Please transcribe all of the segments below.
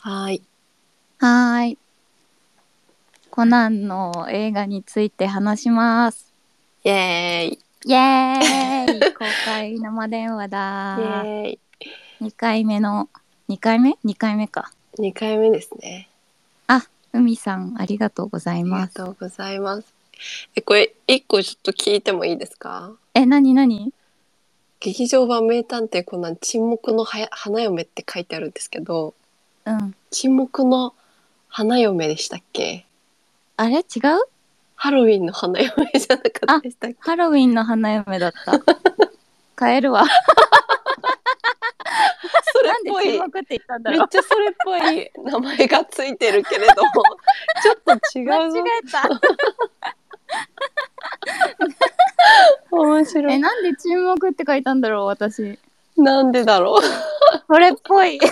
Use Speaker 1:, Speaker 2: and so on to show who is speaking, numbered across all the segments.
Speaker 1: はい。
Speaker 2: はーい。コナンの映画について話します。
Speaker 1: イエーイ。イ
Speaker 2: イエーイ 公開生電話だ
Speaker 1: エーイ。
Speaker 2: 2回目の2回目 ?2 回目か。
Speaker 1: 二回目ですね。
Speaker 2: あ、海さんありがとうござい
Speaker 1: ありが
Speaker 2: ます。
Speaker 1: とうございます。え、これ一個ちょっと聞いてもいいですか。
Speaker 2: え、なになに
Speaker 1: 劇場版名探偵コナン沈黙のはや花嫁って書いてあるんですけど、
Speaker 2: うん。
Speaker 1: 沈黙の花嫁でしたっけ？
Speaker 2: あれ違う
Speaker 1: ハロウィンの花嫁じゃなかったでしたっけ？
Speaker 2: ハロウィンの花嫁だ った。変えるわ。
Speaker 1: それっ
Speaker 2: なんで
Speaker 1: ぽい
Speaker 2: 沈。黙って言ったんだ
Speaker 1: めっ
Speaker 2: ろう。
Speaker 1: ちゃそれっぽい名前がついてるけれども、 ちょっと違
Speaker 2: 間違
Speaker 1: うぞ。
Speaker 2: えた。
Speaker 1: 面白
Speaker 2: え、
Speaker 1: い。
Speaker 2: なんで沈黙って書いたんだろう、私。
Speaker 1: なんでだろう。
Speaker 2: それっぽい。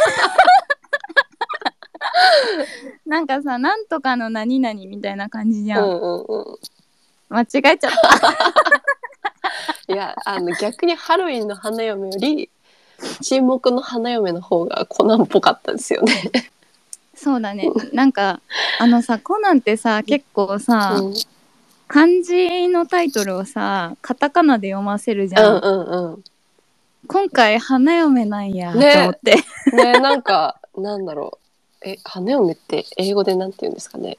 Speaker 2: なんかさ、なんとかの何々みたいな感じじ
Speaker 1: う
Speaker 2: ゃ
Speaker 1: ん
Speaker 2: ん。
Speaker 1: うんうん。
Speaker 2: 間違えちゃった。
Speaker 1: いやあの逆にハロウィンの花嫁より沈黙の花嫁の方がコナンっぽかったですよね。
Speaker 2: そうだね。なんか、あのさ、コナンってさ、結構さ、
Speaker 1: うん、うん
Speaker 2: 漢字のタイトルをさ、カタカナで読ませるじゃん。
Speaker 1: うんう
Speaker 2: 今回、花嫁なんや、と
Speaker 1: ね
Speaker 2: 思って。
Speaker 1: ん。ねなんかなんだろうえ花嫁って英語でなんて言うんですかね。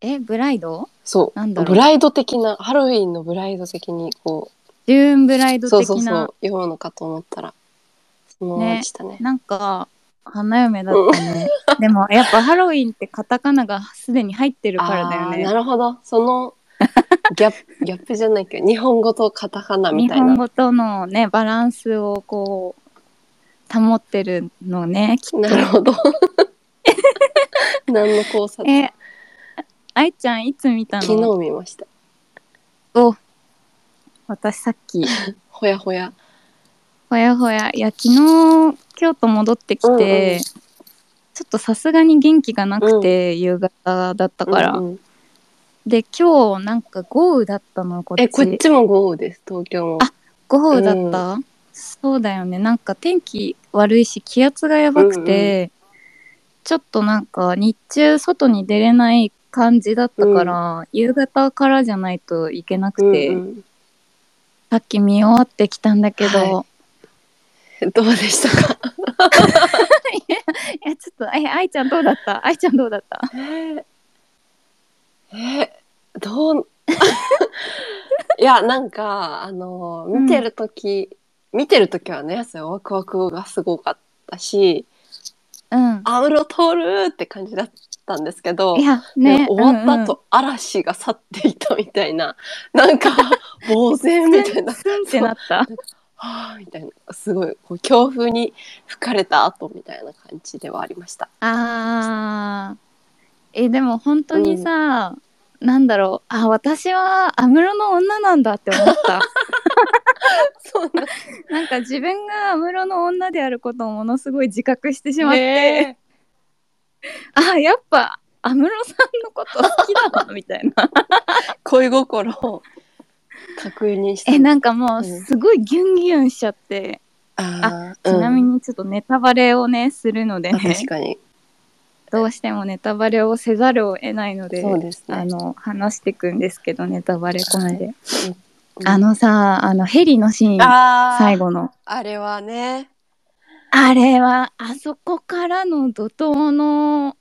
Speaker 2: え、ブライド
Speaker 1: そう
Speaker 2: なんだろう
Speaker 1: ブライド的なハロウィンのブライド的にこ
Speaker 2: ジューンブライ
Speaker 1: う
Speaker 2: ド
Speaker 1: そう
Speaker 2: 的
Speaker 1: そうそ
Speaker 2: な
Speaker 1: う、読むのかと思ったらそのままでしたね。
Speaker 2: なんか、花嫁だったね。でも、やっぱハロウィンってカタカナがすでに入ってるからだよ
Speaker 1: あー
Speaker 2: ね
Speaker 1: な。るほどそのギャップギャップじゃないけど日本語とカタカナみ
Speaker 2: 日
Speaker 1: たい
Speaker 2: 本
Speaker 1: な。
Speaker 2: 語とのねバランスをこう保ってるのねきっ
Speaker 1: なるほど。 何の考察
Speaker 2: とえ愛ちゃんいつ見たの
Speaker 1: 昨日見ました。
Speaker 2: 私さっき
Speaker 1: ほやほや。
Speaker 2: ほやほやいや昨日京都戻ってきて、
Speaker 1: うんうん
Speaker 2: ちょっとさすがに元気がなくて、夕方だったから、
Speaker 1: うんうん
Speaker 2: で今日なんか豪雨だったのこっち
Speaker 1: え、こっちも豪雨です。東京も。
Speaker 2: あ豪雨だった、そうだよねなんか天気悪いし気圧がやばくて、ちょっとなんか日中外に出れない感じだったから、夕方からじゃないといけなくて、
Speaker 1: うんうん
Speaker 2: さっき見終わってきたんだけど、
Speaker 1: はどうでしたか。
Speaker 2: い、やちょっとえ愛ちゃんどうだった愛ちゃんどうだった
Speaker 1: えーえーどう。 いや、なんか、あの、見てる時見てる時はね、そのワクワクがすごかったし。
Speaker 2: うん
Speaker 1: アムロ通るって感じだったんですけど。
Speaker 2: いや
Speaker 1: ね
Speaker 2: ね
Speaker 1: 終わった
Speaker 2: と
Speaker 1: 後、嵐が去っていったみたいななん か呆然みたいな
Speaker 2: スンってなった
Speaker 1: はあみたいなすごいこう強風に吹かれた後みたいな感じではありました。
Speaker 2: あーえでも本当にさ、なんだろうあ私は安室の女なんだって思った
Speaker 1: そうなん
Speaker 2: なんか自分が安室の女であることをものすごい自覚してしまって、
Speaker 1: ね
Speaker 2: あやっぱ安室さんのこと好きだなみたいな
Speaker 1: 恋心を確認して
Speaker 2: えなんかも
Speaker 1: う
Speaker 2: うんすごいギュンギュンしちゃって、
Speaker 1: あー
Speaker 2: ちなみ
Speaker 1: うん
Speaker 2: にちょっとネタバレをねするので
Speaker 1: あ
Speaker 2: ね
Speaker 1: 確かに
Speaker 2: どうしてもネタバレをせざるを得ないので
Speaker 1: そうです
Speaker 2: あ
Speaker 1: ね。
Speaker 2: の話してくんですけどネタバレ込みで、
Speaker 1: うん
Speaker 2: あのさあのヘリのシーン
Speaker 1: あー
Speaker 2: 最後の
Speaker 1: あれはね
Speaker 2: あれはあそこからの怒涛の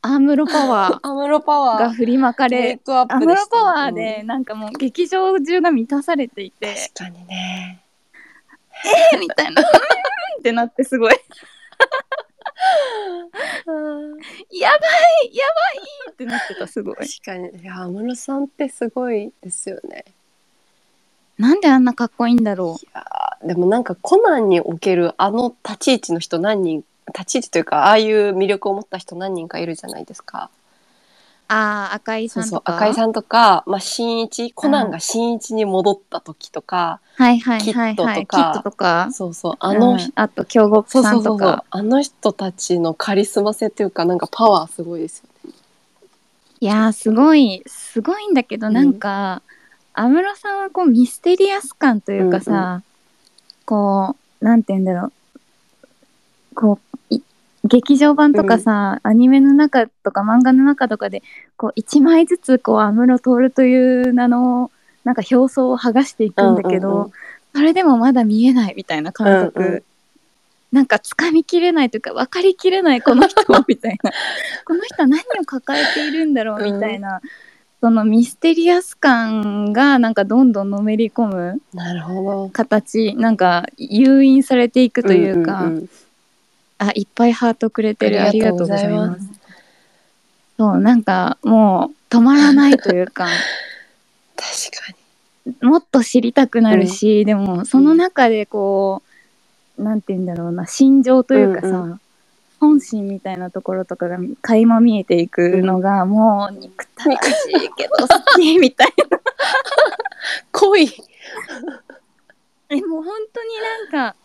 Speaker 2: アムロパワ
Speaker 1: アムロパ
Speaker 2: ーが
Speaker 1: ワー
Speaker 2: 振りまか
Speaker 1: メイ
Speaker 2: れ
Speaker 1: クアッ
Speaker 2: ア
Speaker 1: プ
Speaker 2: ム
Speaker 1: で
Speaker 2: ロ
Speaker 1: したね
Speaker 2: パワーでなんかもう劇場中が満たされてい
Speaker 1: うん
Speaker 2: て。
Speaker 1: 確かにね。
Speaker 2: みたいな。うーん ってなってすごい。やばいやばいってなってたすごい。
Speaker 1: 確かにいや安室さんってすごいですよね
Speaker 2: なんであんなかっこいいんだろう。
Speaker 1: あでもなんかコナンにおけるあの立ち位置の人何人立ち位置というかああいう魅力を持った人何人かいるじゃないですか
Speaker 2: ああ赤井
Speaker 1: そ
Speaker 2: さ
Speaker 1: うんそ
Speaker 2: と
Speaker 1: う
Speaker 2: か。
Speaker 1: 赤井さんとか、まあ、新一コナンが新一に戻った時とか、
Speaker 2: はいはいはいはい。
Speaker 1: キッドとか
Speaker 2: キッドとか。
Speaker 1: そうそうあの、
Speaker 2: うんあと京極
Speaker 1: そう
Speaker 2: さ
Speaker 1: そ
Speaker 2: ん
Speaker 1: うそ
Speaker 2: と
Speaker 1: うそう
Speaker 2: か。
Speaker 1: あの人たちのカリスマ性というかなんかパワーすごいですよね。
Speaker 2: いやーすごいすごいんだけど
Speaker 1: うん
Speaker 2: なんか安室、さんはこうミステリアス感というかさ、こうなんて言うんだろうこうい劇場版とかさ、アニメの中とか漫画の中とかでこう1枚ずつこう安室透という名のなんか表層を剥がしていくんだけど、
Speaker 1: うんうんうん
Speaker 2: それでもまだ見えないみたいな感覚、
Speaker 1: うんうん
Speaker 2: なんか掴みきれないというか分かりきれないこ の人みたいなこの人は何を抱えているんだろうみたいな、そのミステリアス感がなんかどんどんのめり込む
Speaker 1: なるほど。
Speaker 2: 形なんか誘引されていくというか。
Speaker 1: んんん
Speaker 2: あ、いっぱいハートくれてる。
Speaker 1: あ
Speaker 2: あ
Speaker 1: り
Speaker 2: り
Speaker 1: がと
Speaker 2: がと
Speaker 1: う
Speaker 2: う
Speaker 1: ご
Speaker 2: ご
Speaker 1: ざ
Speaker 2: ざ
Speaker 1: い
Speaker 2: い
Speaker 1: ま
Speaker 2: ますす。そう、なんかもう止まらないという か、
Speaker 1: 確かに。
Speaker 2: もっと知りたくなるし、でもその中でこう、なんて言うんだろうな、心情というかさ、
Speaker 1: う
Speaker 2: 本心みたいなところとかが垣間見えていくのが、もう憎たらしいけど好きみたいな。
Speaker 1: 濃い。
Speaker 2: え、もう本当になんか、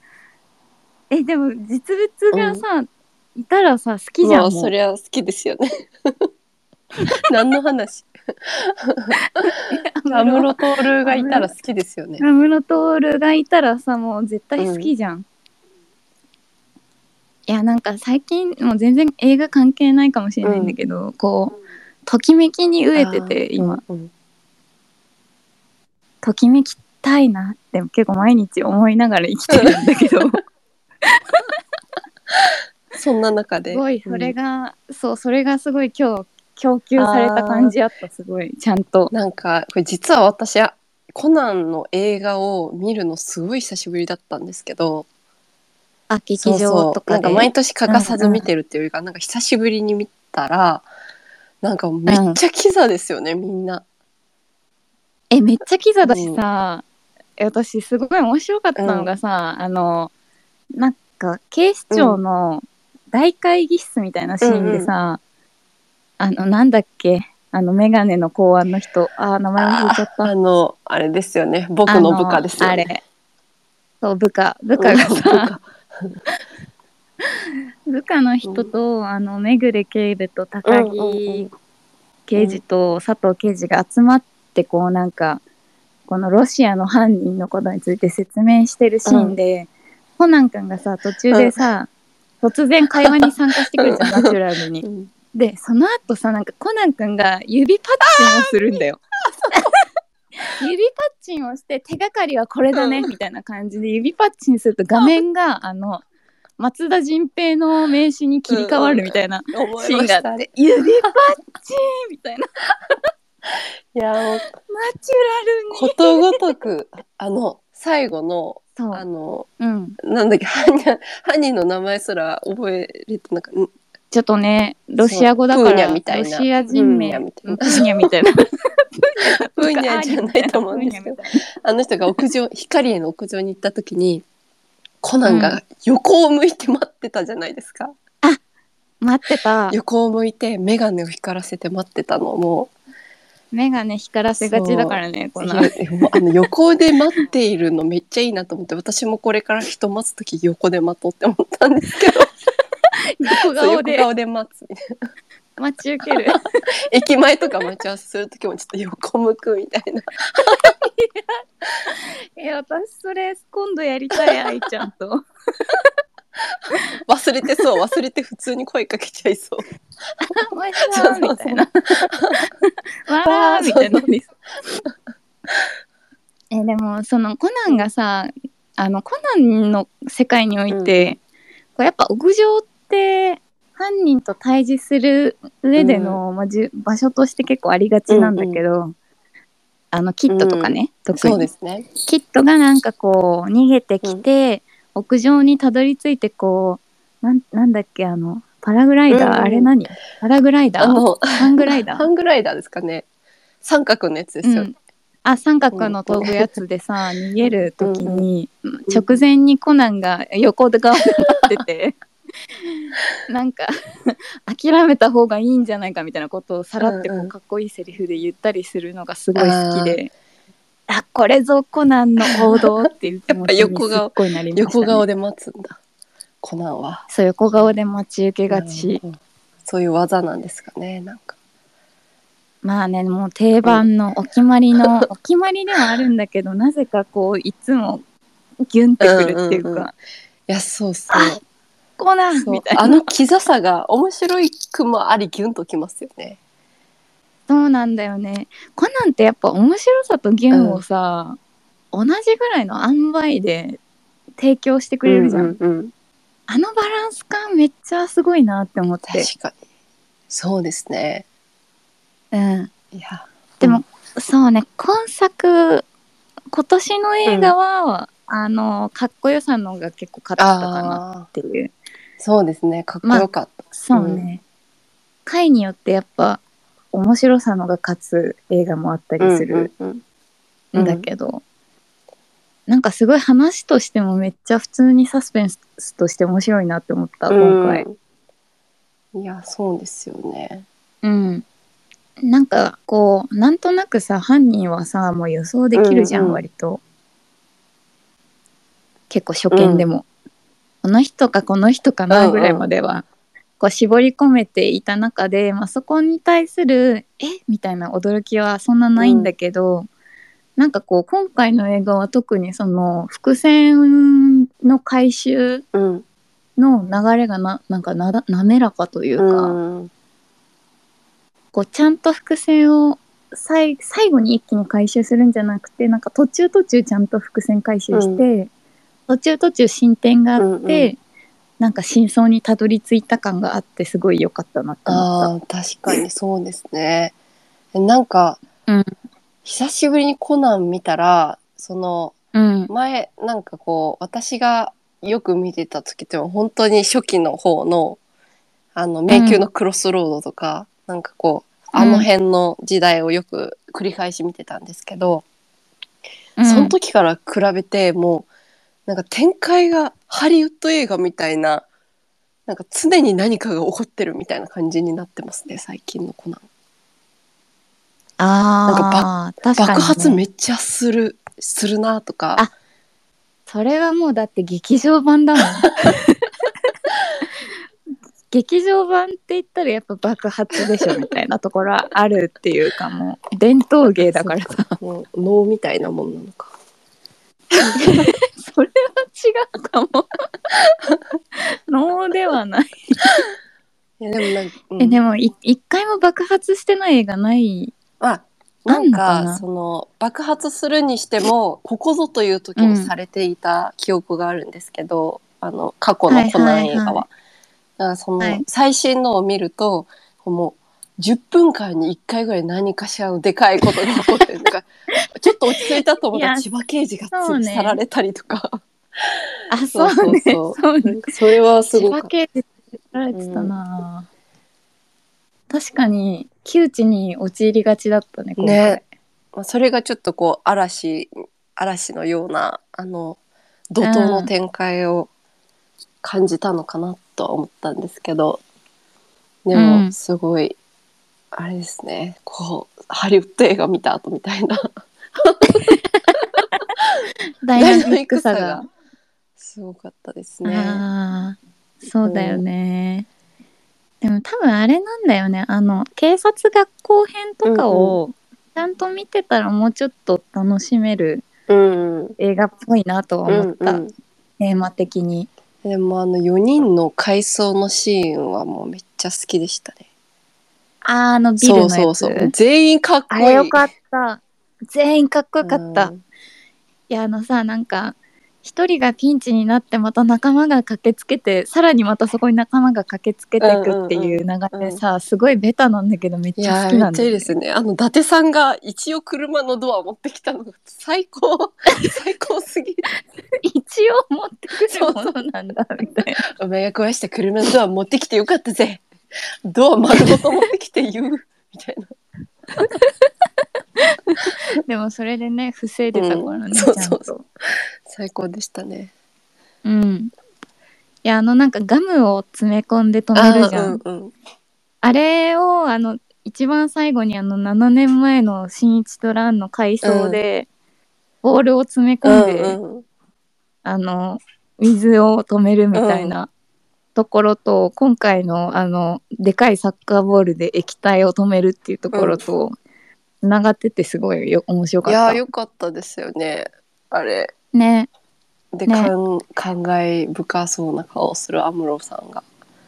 Speaker 2: え、でも実物がさ、いたらさ、好きじゃん。
Speaker 1: まあ
Speaker 2: もう
Speaker 1: そりゃ好きですよね。 何の話？
Speaker 2: 安室
Speaker 1: アムロトールがいたら好きですよね。
Speaker 2: ラムロトールがいたらさもう絶対好きじゃん、いやなんか最近もう全然映画関係ないかもしれないんだけど、こうときめきに飢えてて今
Speaker 1: うんうん
Speaker 2: ときめきたいなって結構毎日思いながら生きてるんだけど。
Speaker 1: そんな中です
Speaker 2: ごいそれが、そうそれがすごい今日供給された感じあったすごいちゃんと
Speaker 1: なんかこれ実は私あコナンの映画を見るのすごい久しぶりだったんですけど、
Speaker 2: あ劇
Speaker 1: そう
Speaker 2: 場
Speaker 1: そ
Speaker 2: と
Speaker 1: うな
Speaker 2: か
Speaker 1: ん
Speaker 2: で
Speaker 1: か毎年欠かさず見てるっていうよりか、なんか久しぶりに見たらなんかめっちゃキザですよね、みんな。
Speaker 2: えめっちゃキザだしさ、え私すごい面白かったのがさ、あのなんか警視庁の大会議室みたいなシーンでさ、あのなんだっけあの眼鏡の公安の人あー名前忘れちゃった
Speaker 1: あのあれですよね僕の部下ですよ
Speaker 2: あ
Speaker 1: ね。
Speaker 2: れそう部下部下がさ、部下の人と、あの目暮警部と高
Speaker 1: うんうんうん
Speaker 2: 木刑事と佐藤刑事が集まってこうなんかこのロシアの犯人のことについて説明してるシーンで、コナン君がさ途中でさ、突然会話に参加してくるじゃ んナチュラルに
Speaker 1: う。ん
Speaker 2: でその後さなんかコナン君が指パッチンをするんだよ。 指パッチンをして手がかりはこれだねみたいな感じで指パッチンすると画面があの松田迅平の名刺に切り替わるみたいな
Speaker 1: 思
Speaker 2: シ
Speaker 1: い
Speaker 2: ー
Speaker 1: ま
Speaker 2: ン
Speaker 1: し
Speaker 2: があ
Speaker 1: た
Speaker 2: っ
Speaker 1: あ
Speaker 2: て
Speaker 1: れ
Speaker 2: 指パッチンみたいない
Speaker 1: やもう
Speaker 2: ナチュラル
Speaker 1: こ
Speaker 2: に
Speaker 1: とごとくあの最後の
Speaker 2: そ
Speaker 1: あ
Speaker 2: う、
Speaker 1: の
Speaker 2: うん、
Speaker 1: なんだっけ犯人犯人の名前すら覚えれてなんかん
Speaker 2: ちょっとねロシア語だか
Speaker 1: そうプーニ
Speaker 2: ら
Speaker 1: ャみたい
Speaker 2: ロ
Speaker 1: な
Speaker 2: シア人名
Speaker 1: うん
Speaker 2: プーニャみた いな
Speaker 1: プーニャじゃないと思うんですけ ど
Speaker 2: プーニャみたいな
Speaker 1: あの人が屋上光への屋上に行った時にコナンが横を向いて待ってたじゃないですか、
Speaker 2: 待ってた
Speaker 1: 横を向いて眼鏡を光らせて待ってたのも
Speaker 2: 目がね光らせがちだからね
Speaker 1: う
Speaker 2: こ
Speaker 1: いや
Speaker 2: の
Speaker 1: もうあの横で待っているのめっちゃいいなと思って私もこれから人待つ時横で待とうって思ったんですけど
Speaker 2: 横
Speaker 1: そう
Speaker 2: 顔
Speaker 1: 横
Speaker 2: で
Speaker 1: 顔で待つみたいな
Speaker 2: 待ち受ける
Speaker 1: 駅前とか待ち合わせする時もちょっと横向くみたいな
Speaker 2: え私それ今度やり たい愛ちゃんと
Speaker 1: 忘れてそう忘れて普通に声かけちゃいそう
Speaker 2: わーみたい なわーみたいな
Speaker 1: そうそう
Speaker 2: えでもそのコナンがさあのコナンの世界において、こうやっぱ屋上って犯人と対峙する上での、まあ、じゅ場所として結構ありがちなんだけど、あのキットとかね、特に
Speaker 1: そうですね
Speaker 2: キットがなんかこう逃げてきて、屋上にたどり着いてこうなんなんだっけあのパラグライダー、
Speaker 1: うんうん
Speaker 2: あれ何パラグライダ
Speaker 1: あ
Speaker 2: ー
Speaker 1: の
Speaker 2: ハングライダ
Speaker 1: ハ
Speaker 2: ー、
Speaker 1: ングライダーですかね三角のやつです
Speaker 2: う
Speaker 1: よ、
Speaker 2: ん、あ三角の飛ぶやつでさ逃げる時に直前にコナンが横側で待って て。なんか諦めた方がいいんじゃないかみたいなことをさらってこ
Speaker 1: うんう
Speaker 2: うんかっこいいセリフで言ったりするのがすごい好きで、あこれぞコナンの王道っていう気持ちにすっごいなりました、ね、
Speaker 1: 横顔で待つんだコナンは
Speaker 2: そう横顔で待ち受けがち
Speaker 1: うんそういう技なんですかねなんか
Speaker 2: まあねもう定番のお決まりのお決まりではあるんだけどなぜかこういつもギュンってくるっていうか、
Speaker 1: うんうんうんいやそうそう
Speaker 2: こな
Speaker 1: そう
Speaker 2: みたいな
Speaker 1: あのキザさが面白いくもありギュンときますよね。
Speaker 2: そうなんだよねコナンってやっぱ面白さとゲームをさ、同じぐらいの塩梅で提供してくれるじゃん、
Speaker 1: うんうんうん
Speaker 2: あのバランス感めっちゃすごいなって思って、
Speaker 1: 確かに。そうですね。
Speaker 2: うん、
Speaker 1: いや。
Speaker 2: でもそうね今作今年の映画は、あのかっこよさの方が結構勝ってたかなっ
Speaker 1: ああ
Speaker 2: ていう
Speaker 1: そうですね。かっこよかった。
Speaker 2: そうね、回によってやっぱ面白さのが勝つ映画もあったりする
Speaker 1: うんうんうん
Speaker 2: んだけど、なんかすごい話としてもめっちゃ普通にサスペンスとして面白いなって思った
Speaker 1: うん
Speaker 2: 今回、
Speaker 1: うんいやそうですよね。
Speaker 2: うん、なんかこうなんとなくさ犯人はさもう予想できるじゃん、
Speaker 1: うんうん
Speaker 2: 割と結構初見でも、この人かこの人か
Speaker 1: うん
Speaker 2: な
Speaker 1: うん
Speaker 2: ぐらいまでは、こう絞り込めていた中で、まあ、そこに対する「えみたいな驚きはそんなないんだけど、なんかこう今回の映画は特にその伏線の回収
Speaker 1: うん。
Speaker 2: の流れがななんかなだ滑らかというか。
Speaker 1: うん
Speaker 2: こうちゃんと伏線をさい最後に一気に回収するんじゃなくてなんか途中途中ちゃんと伏線回収して、途中途中進展があって、
Speaker 1: うんうん
Speaker 2: なんか真相にたどり着いた感があってすごい良かったなって思っ
Speaker 1: ああ確かにそうですね。えなんか、
Speaker 2: うん
Speaker 1: 久しぶりにコナン見たらその
Speaker 2: た。うん、
Speaker 1: 前なんかこう私がよく見てた時って本当に初期の方のあの迷宮のクロスロードとか、なんかこうあの辺の時代をよく繰り返し見てたんですけど、その時から比べてもうなんか展開がハリウッド映画みたいななんか常に何かが起こってるみたいな感じになってますね最近のコナン。
Speaker 2: あー確かにね、
Speaker 1: 爆発めっちゃするするなとか
Speaker 2: あそれはもうだって劇場版だ もん。劇場版って言ったらやっぱ爆発でしょみたいなところはあるっていうかもう伝統芸だからさ
Speaker 1: もう能みたいなもんなのか。
Speaker 2: それは違うかも。 能ではない。
Speaker 1: いやでもなんか、うん
Speaker 2: えでもい一回も爆発してない映画ない。
Speaker 1: あなん
Speaker 2: あんのか
Speaker 1: か
Speaker 2: な
Speaker 1: その爆発するにしてもここぞという時にされていた記憶があるんですけど、あの過去のコナン映画は。
Speaker 2: はいはいは
Speaker 1: だからその、
Speaker 2: はい
Speaker 1: 最新のを見るともう10分間に1回ぐらい何かしらのでかいことが起こってる とかちょっと落ち着いたと思った
Speaker 2: い
Speaker 1: ら
Speaker 2: や
Speaker 1: 千葉刑事が
Speaker 2: そう
Speaker 1: 突き
Speaker 2: ね
Speaker 1: 去られたりとか
Speaker 2: あ
Speaker 1: そ
Speaker 2: そううね。
Speaker 1: そ
Speaker 2: そうう
Speaker 1: そ
Speaker 2: ね。
Speaker 1: それはす
Speaker 2: 千
Speaker 1: ご
Speaker 2: 葉
Speaker 1: く
Speaker 2: 県でられてたな、確かに窮地に陥りがちだったね今回。
Speaker 1: ねまあそれがちょっとこう嵐嵐のようなあの怒涛の展開を感じたのかなとは思ったんですけど、で
Speaker 2: う
Speaker 1: も
Speaker 2: ん
Speaker 1: すごい、あれですねこうハリウッド映画見た後みたい な
Speaker 2: ダイナミックさが。
Speaker 1: すごかったですね。
Speaker 2: あーそうだよね、でも多分あれなんだよねあの警察学校編とかをちゃんと見てたらもうちょっと楽しめる
Speaker 1: うん、うん
Speaker 2: 映画っぽいなとは思った、
Speaker 1: うん
Speaker 2: テーマ的に
Speaker 1: でもあの4人の回想のシーンはもうめっちゃ好きでしたね。
Speaker 2: あーあのビルの
Speaker 1: そ
Speaker 2: や
Speaker 1: う
Speaker 2: つ
Speaker 1: そうそう全員かっこ
Speaker 2: あ
Speaker 1: いい。
Speaker 2: れよかった全員かっこよかった、
Speaker 1: うん
Speaker 2: いやあのさなんか一人がピンチになってまた仲間が駆けつけてさらにまたそこに仲間が駆けつけていくっていう流れさ、すごいベタなんだけどめっ
Speaker 1: い
Speaker 2: ち
Speaker 1: や
Speaker 2: ゃ好
Speaker 1: ー
Speaker 2: き
Speaker 1: め
Speaker 2: な
Speaker 1: っ
Speaker 2: ん
Speaker 1: ちゃ
Speaker 2: だ
Speaker 1: いい
Speaker 2: よね
Speaker 1: ですね。あの伊達さんが一応車のドア持ってきたのが最 高最高すぎる。
Speaker 2: 一応持ってくるものなんだみたいな
Speaker 1: お前が壊した車のドア持ってきてよかったぜ。ドア丸ごと持ってきて言うみたいな。
Speaker 2: でもそれでね防いでたからね、
Speaker 1: うん
Speaker 2: ち
Speaker 1: そう
Speaker 2: ゃ
Speaker 1: ん
Speaker 2: と
Speaker 1: そうそう最高でしたね。
Speaker 2: うんいやあのなんかガムを詰め込んで止めるじゃんあ,、
Speaker 1: あーうんうん。
Speaker 2: れをあの一番最後にあの7年前の新一とランの回想で、ボールを詰め込んで、
Speaker 1: うんうん。
Speaker 2: あの水を止めるみたいなところと、今回のあのでかいサッカーボールで液体を止めるっていうところと、つながっててすごいよ面白か
Speaker 1: い
Speaker 2: った
Speaker 1: やーよかったですよね。あれ
Speaker 2: ね
Speaker 1: で、
Speaker 2: ね
Speaker 1: かん感慨深そうな顔をするアムロさんが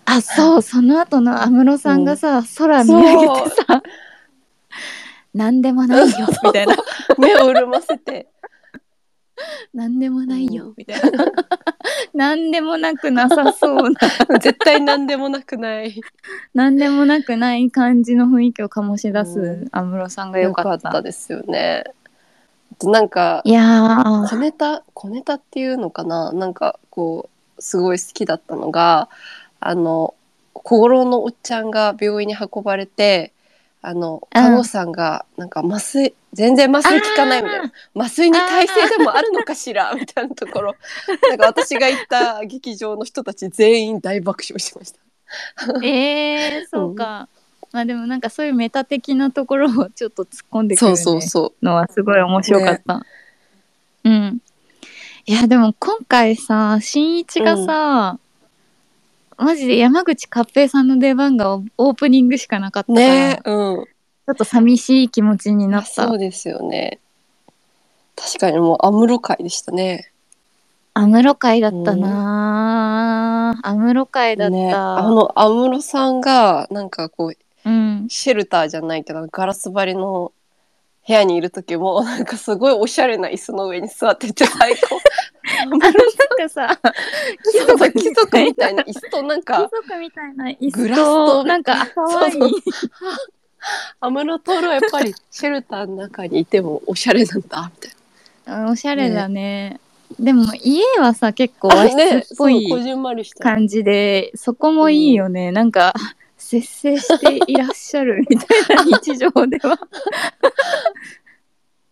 Speaker 2: あそうその後の安室さんがさ、空見上げてさ「何でもないよ」み たいな
Speaker 1: 目を潤ませて
Speaker 2: 「何でもない
Speaker 1: う」
Speaker 2: よ
Speaker 1: ん
Speaker 2: みたいな何でもなくなさそうな
Speaker 1: 絶対何でもなくない
Speaker 2: 何でもなくない感じの雰囲気を醸し出す
Speaker 1: う
Speaker 2: 安室さんが良
Speaker 1: よ
Speaker 2: か
Speaker 1: か
Speaker 2: っ。
Speaker 1: ったたですよね。あとなんか
Speaker 2: いやー
Speaker 1: 小ネタ小ネタっていうのかななんかこうすごい好きだったのがあの小五郎のおっちゃんが病院に運ばれてあの
Speaker 2: うん
Speaker 1: 看護師さんがなんか麻酔全然麻酔効かないみたいな麻酔に耐性でもあるのかしらみたいなところなんか私が行った劇場の人たち全員大爆笑してました。
Speaker 2: えー、そうか、まあでもなんかそういうメタ的なところをちょっと突っ込んでく
Speaker 1: そ
Speaker 2: る
Speaker 1: うそうそう
Speaker 2: のはすごい面白かった、うんいやでも今回さ新一がさ、マジで山口勝平さんの出番がオオープニングしかなかったから、
Speaker 1: ねうん
Speaker 2: ちょっと寂しい気持ちになった
Speaker 1: そうですよね確かにもう安室会でしたね
Speaker 2: 安室会だったな安室会だった、
Speaker 1: ねあの安室さんがなんかこう
Speaker 2: うん
Speaker 1: シェルターじゃないけどガラス張りの部屋にいる時もなんかすごいおしゃれな椅子の上に座ってて最 高
Speaker 2: あのなんか さ
Speaker 1: 貴族貴族みたいな椅子となん
Speaker 2: 貴
Speaker 1: か
Speaker 2: 族みたいな椅
Speaker 1: グ
Speaker 2: 子
Speaker 1: ラス
Speaker 2: と
Speaker 1: と
Speaker 2: なんか可愛い
Speaker 1: そう安室透はやっぱりシェルターの中にいてもおしゃれなんだみたいな。
Speaker 2: うんおしゃれだねでも家はさ結構 和室っ
Speaker 1: あ
Speaker 2: ぽ
Speaker 1: ねそうこ
Speaker 2: い
Speaker 1: じんまりした
Speaker 2: 感じでそこもいいよね、なんか節制していらっしゃるみたいな日常で は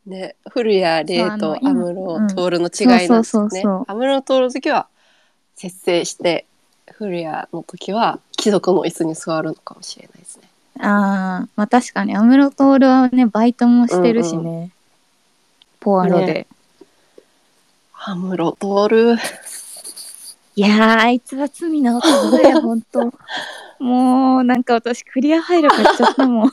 Speaker 1: ね、古谷
Speaker 2: そうあ
Speaker 1: 礼
Speaker 2: の
Speaker 1: と
Speaker 2: 今
Speaker 1: 安室徹の違いなんです
Speaker 2: うんそうそうそ
Speaker 1: よね
Speaker 2: うそう。
Speaker 1: 安室徹の時は節制して、古谷の時は貴族の椅子に座るのかもしれないですね。
Speaker 2: あーまあ確かに安室徹はねバイトもしてるしね、ポアロで、
Speaker 1: 安室徹、
Speaker 2: いやーあいつは罪な男だよ本当もうなんか私クリア配慮買っちゃったもん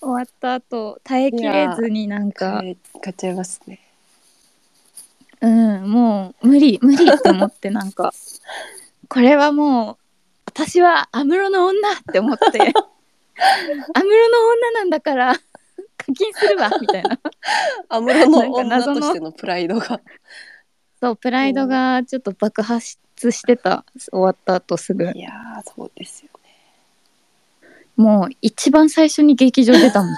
Speaker 2: 終わった後耐えきれずになんか
Speaker 1: 買っちゃいますね。
Speaker 2: うん、もう無理無理って思っ てなんかこれはもう私は安室の女って思って安室の女なんだから課金するわみたいな
Speaker 1: 安室の
Speaker 2: なんか
Speaker 1: 女
Speaker 2: 謎の
Speaker 1: としてのプライドが。
Speaker 2: そうプライドがちょっと爆発してた終わった後すぐ
Speaker 1: いやー、そうですよ
Speaker 2: もう一番最初に劇場出たもん
Speaker 1: ね。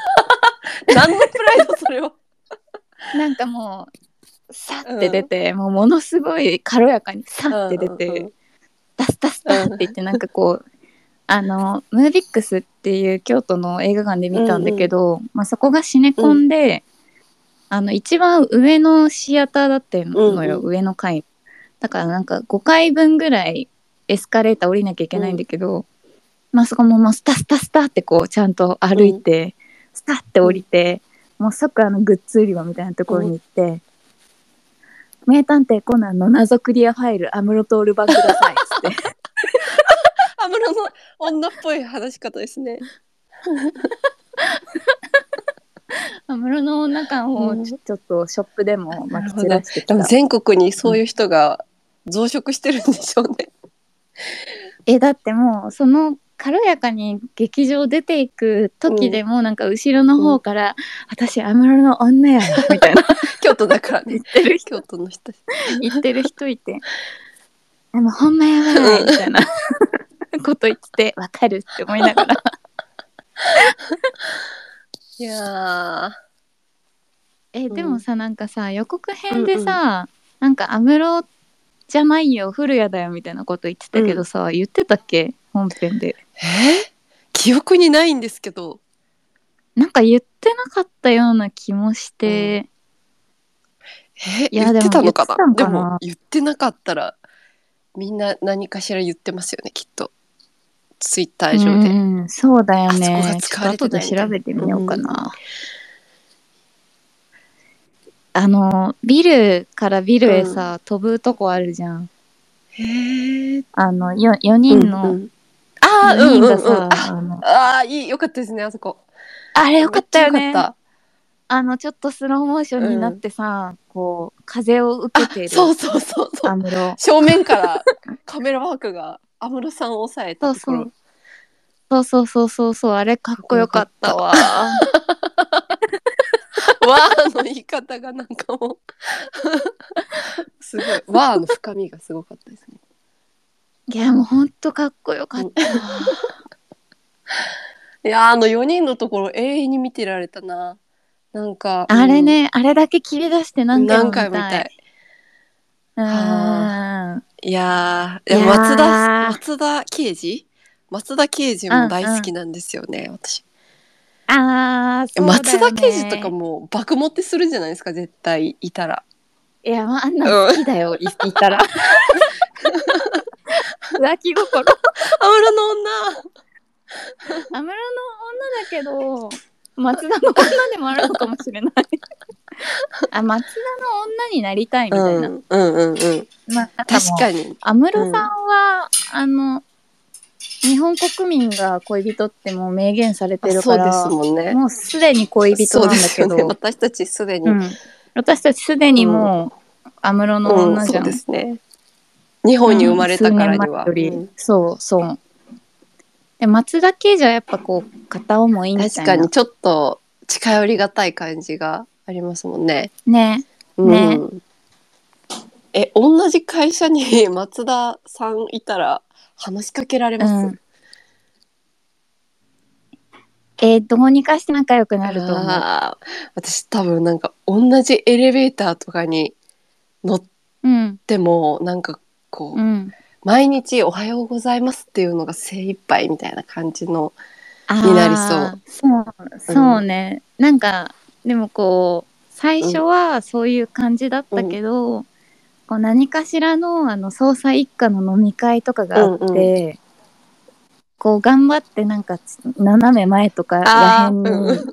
Speaker 1: 何のプライドそれ は。
Speaker 2: なんかもうさって出て、もうものすごい軽やかにさって出て、
Speaker 1: うんうんうん
Speaker 2: ダスダスダって言ってなんかこ うあのムービックスっていう京都の映画館で見たんだけど、まあ、そこがシネコンで、あの一番上のシアターだったのよ、
Speaker 1: うんう
Speaker 2: 上の階だからなんか5階分ぐらいエスカレーター降りなきゃいけないんだけど、まあ、そこももうスタスタスタってこうちゃんと歩いて、スタって降りて、もう即あのグッズ売り場みたいなところに行って。名探偵コナンの謎クリアファイル、アムロトール版くださいっつって。
Speaker 1: 安室の女っぽい話し方ですね。
Speaker 2: 安室の女感をちょちょっとショップでもまき散らしてき
Speaker 1: で
Speaker 2: た
Speaker 1: も。全国にそういう人が増殖してるんでしょうね。
Speaker 2: えだってもうその軽やかに劇場出ていく時でもなんか後ろの方から「私安室の女やわ」みた いな
Speaker 1: 京都だからね
Speaker 2: 言。ってる人
Speaker 1: 京都の人。
Speaker 2: 言ってる人い て「あのほんまやばい」みたいな こと言ってて「わかる」って思いながら
Speaker 1: いやー。
Speaker 2: えでもさなんかさ予告編でさ、なんか安室じゃないよ古谷だよみたいなこと言ってたけどさ、言ってたっけ本編で
Speaker 1: え記憶にないんですけど
Speaker 2: なんか言ってなかったような気もして、
Speaker 1: え
Speaker 2: いや
Speaker 1: 言ってたのかな
Speaker 2: で
Speaker 1: で
Speaker 2: も言
Speaker 1: も言っ
Speaker 2: ってたのかな
Speaker 1: てなかったらみんな何かしら言ってますよねきっとツイッター上で、
Speaker 2: うんうんそうだよ
Speaker 1: あそこが
Speaker 2: ねちょっ
Speaker 1: 使
Speaker 2: と
Speaker 1: われて
Speaker 2: 後
Speaker 1: ない
Speaker 2: で調べてみようか
Speaker 1: う
Speaker 2: な、あのビルからビルへさ、飛ぶとこあるじゃん
Speaker 1: へえ
Speaker 2: あのよ4人の、
Speaker 1: ああ
Speaker 2: 4
Speaker 1: うんう
Speaker 2: 人
Speaker 1: んう
Speaker 2: が
Speaker 1: ん
Speaker 2: さ、
Speaker 1: あ
Speaker 2: あの
Speaker 1: あーいいよかったですねあそこ
Speaker 2: あれよかったよ
Speaker 1: め
Speaker 2: ね
Speaker 1: ちゃよかっ
Speaker 2: あのちょっとスローモーションになってさ、こう風を受けてる
Speaker 1: そうそうそうそう
Speaker 2: 安室
Speaker 1: 正面からカメラワークが安室さんを抑えたところ
Speaker 2: そうそうそうそうそうそうあれかっこよかったわ
Speaker 1: わーの言い方がなんかもうすごいわーの深みがすごかったですね
Speaker 2: いやもうほんとかっこよかったわ
Speaker 1: いやーあの4人のところ永遠に見てられたななんか
Speaker 2: あれね、あれだけ切り出して
Speaker 1: うん
Speaker 2: 何回も
Speaker 1: 何
Speaker 2: 見たい
Speaker 1: 回も見たい
Speaker 2: うん
Speaker 1: いやーいや
Speaker 2: いやー
Speaker 1: 松田松田刑事松田刑事も大好きなんですよね、私
Speaker 2: あーそうだよね
Speaker 1: 松田刑事とかも爆モテするじゃないですか絶対いたら
Speaker 2: いやまああんなの好きだよ、い いたら浮気
Speaker 1: 安
Speaker 2: 心
Speaker 1: 室の女
Speaker 2: 安室の女だけど松田の女でもあるのかもしれないあ松田の女になりたいみたいな、
Speaker 1: うんうんうんうん
Speaker 2: まあなんかも
Speaker 1: 確
Speaker 2: う
Speaker 1: かに
Speaker 2: 安室さんは、あの日本国民が恋人ってもう明言されてる
Speaker 1: そ
Speaker 2: か
Speaker 1: うで
Speaker 2: ら
Speaker 1: すもんね
Speaker 2: もうすでに恋人
Speaker 1: そ
Speaker 2: な
Speaker 1: うんで
Speaker 2: だ
Speaker 1: す
Speaker 2: け
Speaker 1: よ
Speaker 2: ど、
Speaker 1: ね私たちすでに、
Speaker 2: うん、私たちすでにもう安室の
Speaker 1: うん
Speaker 2: 女じ
Speaker 1: そ
Speaker 2: ゃ、
Speaker 1: うんですね日本に生まれたからには、
Speaker 2: 数年前より
Speaker 1: うん
Speaker 2: そうそうで松田刑事はやっぱこう片思いみたいな
Speaker 1: 確かにちょっと近寄りがたい感じがありますもんね。
Speaker 2: ね
Speaker 1: うんえ同じ会社に 松田さんいたら話しかけられます、
Speaker 2: うんえーどうにかして仲良くなると思う
Speaker 1: あー私多分なんか同じエレベーターとかに乗っ
Speaker 2: うん
Speaker 1: てもなんかこう、
Speaker 2: うん
Speaker 1: 毎日「おはようございます」っていうのが精一杯みたいな感じの
Speaker 2: あー
Speaker 1: になりそう
Speaker 2: そうそうね、なんかでもこう最初はそういう感じだったけど、こう何かしらのあの捜査一課の飲み会とかがあって、
Speaker 1: うん
Speaker 2: こう頑張ってなんか斜め前とからへ
Speaker 1: あ
Speaker 2: んに
Speaker 1: ー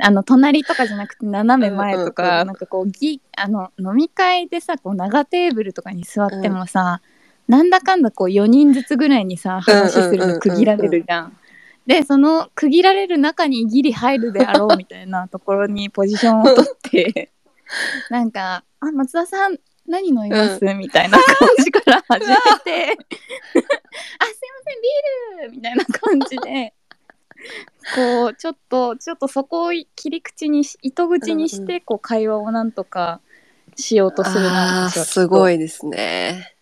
Speaker 2: あ,、の隣とかじゃなくて斜め前とか、
Speaker 1: うんうんうん
Speaker 2: なんかこうぎあの飲み会でさこう長テーブルとかに座ってもさ、なんだかんだこう4人ずつぐらいにさ話するの区切られるじゃん。でその区切られる中にギリ入るであろうみたいなところにポジションを取ってなんか「あ松田さん何飲みますみたいな感じから 始めて「あすいませんビール!」みたいな感じでこうちょっとちょっとそこを切り口にし糸口にしてこう会話をなんとかしようとするな
Speaker 1: あ
Speaker 2: 私
Speaker 1: ー
Speaker 2: は
Speaker 1: すごいですね。